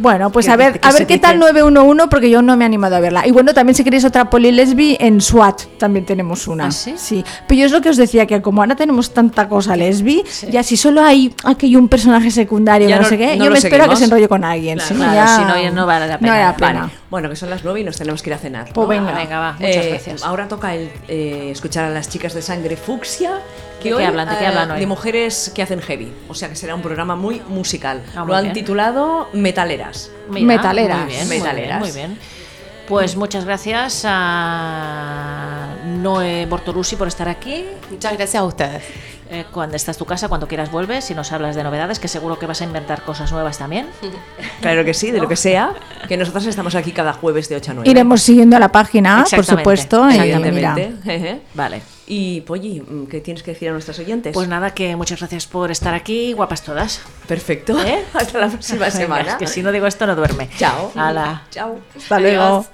S3: Bueno, pues
S1: Que
S3: a
S1: dice-
S3: ver,
S1: que
S3: a
S1: se
S3: ver qué
S1: dice-
S3: tal 911 porque yo no me he animado a verla. Y bueno, también si queréis otra polilesbi en SWAT también tenemos una.
S2: ¿Ah, sí?
S3: Pero yo es lo que os decía que como ahora tenemos tanta cosa lesbi, ya si solo hay aquí un personaje secundario,
S1: Ya
S3: no,
S1: no-
S3: sé qué,
S1: no
S3: yo
S1: lo
S3: me espero a que
S1: seguimos.
S3: se enrolle con alguien,
S1: Claro,
S3: si
S2: claro,
S3: ya-
S2: si no, ya no vale la pena.
S3: No vale la
S1: Vale.
S3: pena.
S1: Bueno, que son las 9 y nos tenemos que ir a cenar.
S3: Pues
S1: ¿no?
S3: venga.
S2: Venga, va. Muchas
S1: Eh,
S2: gracias.
S1: Ahora toca el, eh, escuchar a las chicas de sangre fucsia. Que
S2: ¿De qué
S1: hoy,
S2: hablan? ¿De qué
S1: eh,
S2: hablan hoy?
S1: de mujeres que hacen heavy. O sea que será un programa muy musical.
S2: Ah, muy
S1: Lo han
S2: bien.
S1: titulado Metaleras.
S3: Metaleras.
S2: Muy bien, muy
S1: Metaleras.
S2: bien, Muy bien, Pues muchas gracias a Noé Bortorusi por estar aquí.
S5: Muchas gracias a ustedes.
S2: Eh, cuando estás tu casa, cuando quieras vuelves y nos hablas de novedades, que seguro que vas a inventar cosas nuevas también.
S1: Claro que sí, de lo que sea. Que nosotras estamos aquí cada jueves de 8 a 9.
S3: Iremos siguiendo la página, por
S2: Exactamente,
S3: supuesto, y mira.
S1: Evidentemente. Jeje.
S2: Vale.
S1: Y Polly, mm, ¿qué tienes que decir a nuestras oyentes?
S2: Pues nada, que muchas gracias por estar aquí, guapas todas.
S1: Perfecto.
S2: ¿Eh?
S1: Hasta la próxima
S2: Venga,
S1: semana.
S2: es que si no digo esto no duerme.
S1: Chao.
S2: Hala.
S1: Chao.
S3: Hasta luego.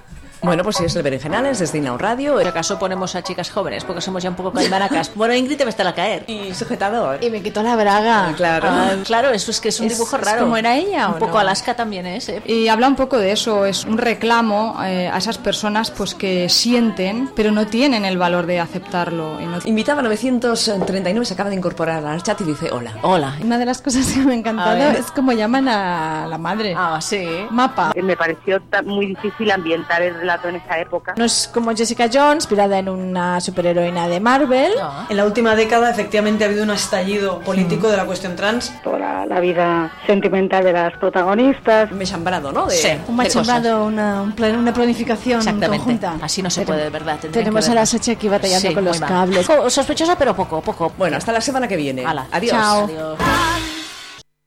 S1: Bueno, pues es el Berenjenales desde Inau Radio.
S2: Si acaso ponemos a chicas jóvenes, porque somos ya un poco calmaracas. Bueno, Ingrid te va a estar a caer.
S1: Y sujetador.
S3: Y me quitó la braga.
S1: Claro.
S2: Ah, claro, eso es que es un
S3: Es-
S2: dibujo
S3: es
S2: raro.
S3: como era ella, ¿o
S2: Un poco
S3: no?
S2: Alaska también es, ¿eh?
S6: Y habla un poco de eso, es un reclamo eh, a esas personas pues que sienten, pero no tienen el valor de aceptarlo. y no-
S1: Invitaba 939, se acaba de incorporar al chat y dice hola.
S2: Hola.
S6: Una de las cosas que me ha
S2: A
S6: encantado
S2: ver.
S6: es como llaman a la madre.
S2: Ah, sí.
S6: Mapa.
S4: Me pareció ta- muy difícil ambientar el relato en esa época.
S3: No es como Jessica Jones, inspirada en una superheroína de Marvel.
S7: En la última década, efectivamente, ha habido un estallido
S1: Mm.
S7: político de la cuestión trans.
S8: la, la vida sentimental de las protagonistas.
S1: Me he chambrado, ¿no? De-
S2: Sí.
S6: Un
S2: de cosas.
S6: machembrado, una, un plan- una planificación
S2: Exactamente.
S6: conjunta.
S2: Así no se puede, de verdad. Tendrían
S6: Tenemos
S2: que
S6: a la
S2: vernos.
S6: Sachi aquí batallando
S2: Sí,
S6: con los
S2: muy mal.
S6: cables.
S2: Poco- Sospechosa, pero poco, poco.
S1: Bueno, hasta la semana que viene.
S2: Hala.
S1: Adiós.
S6: Chao.
S2: Adiós.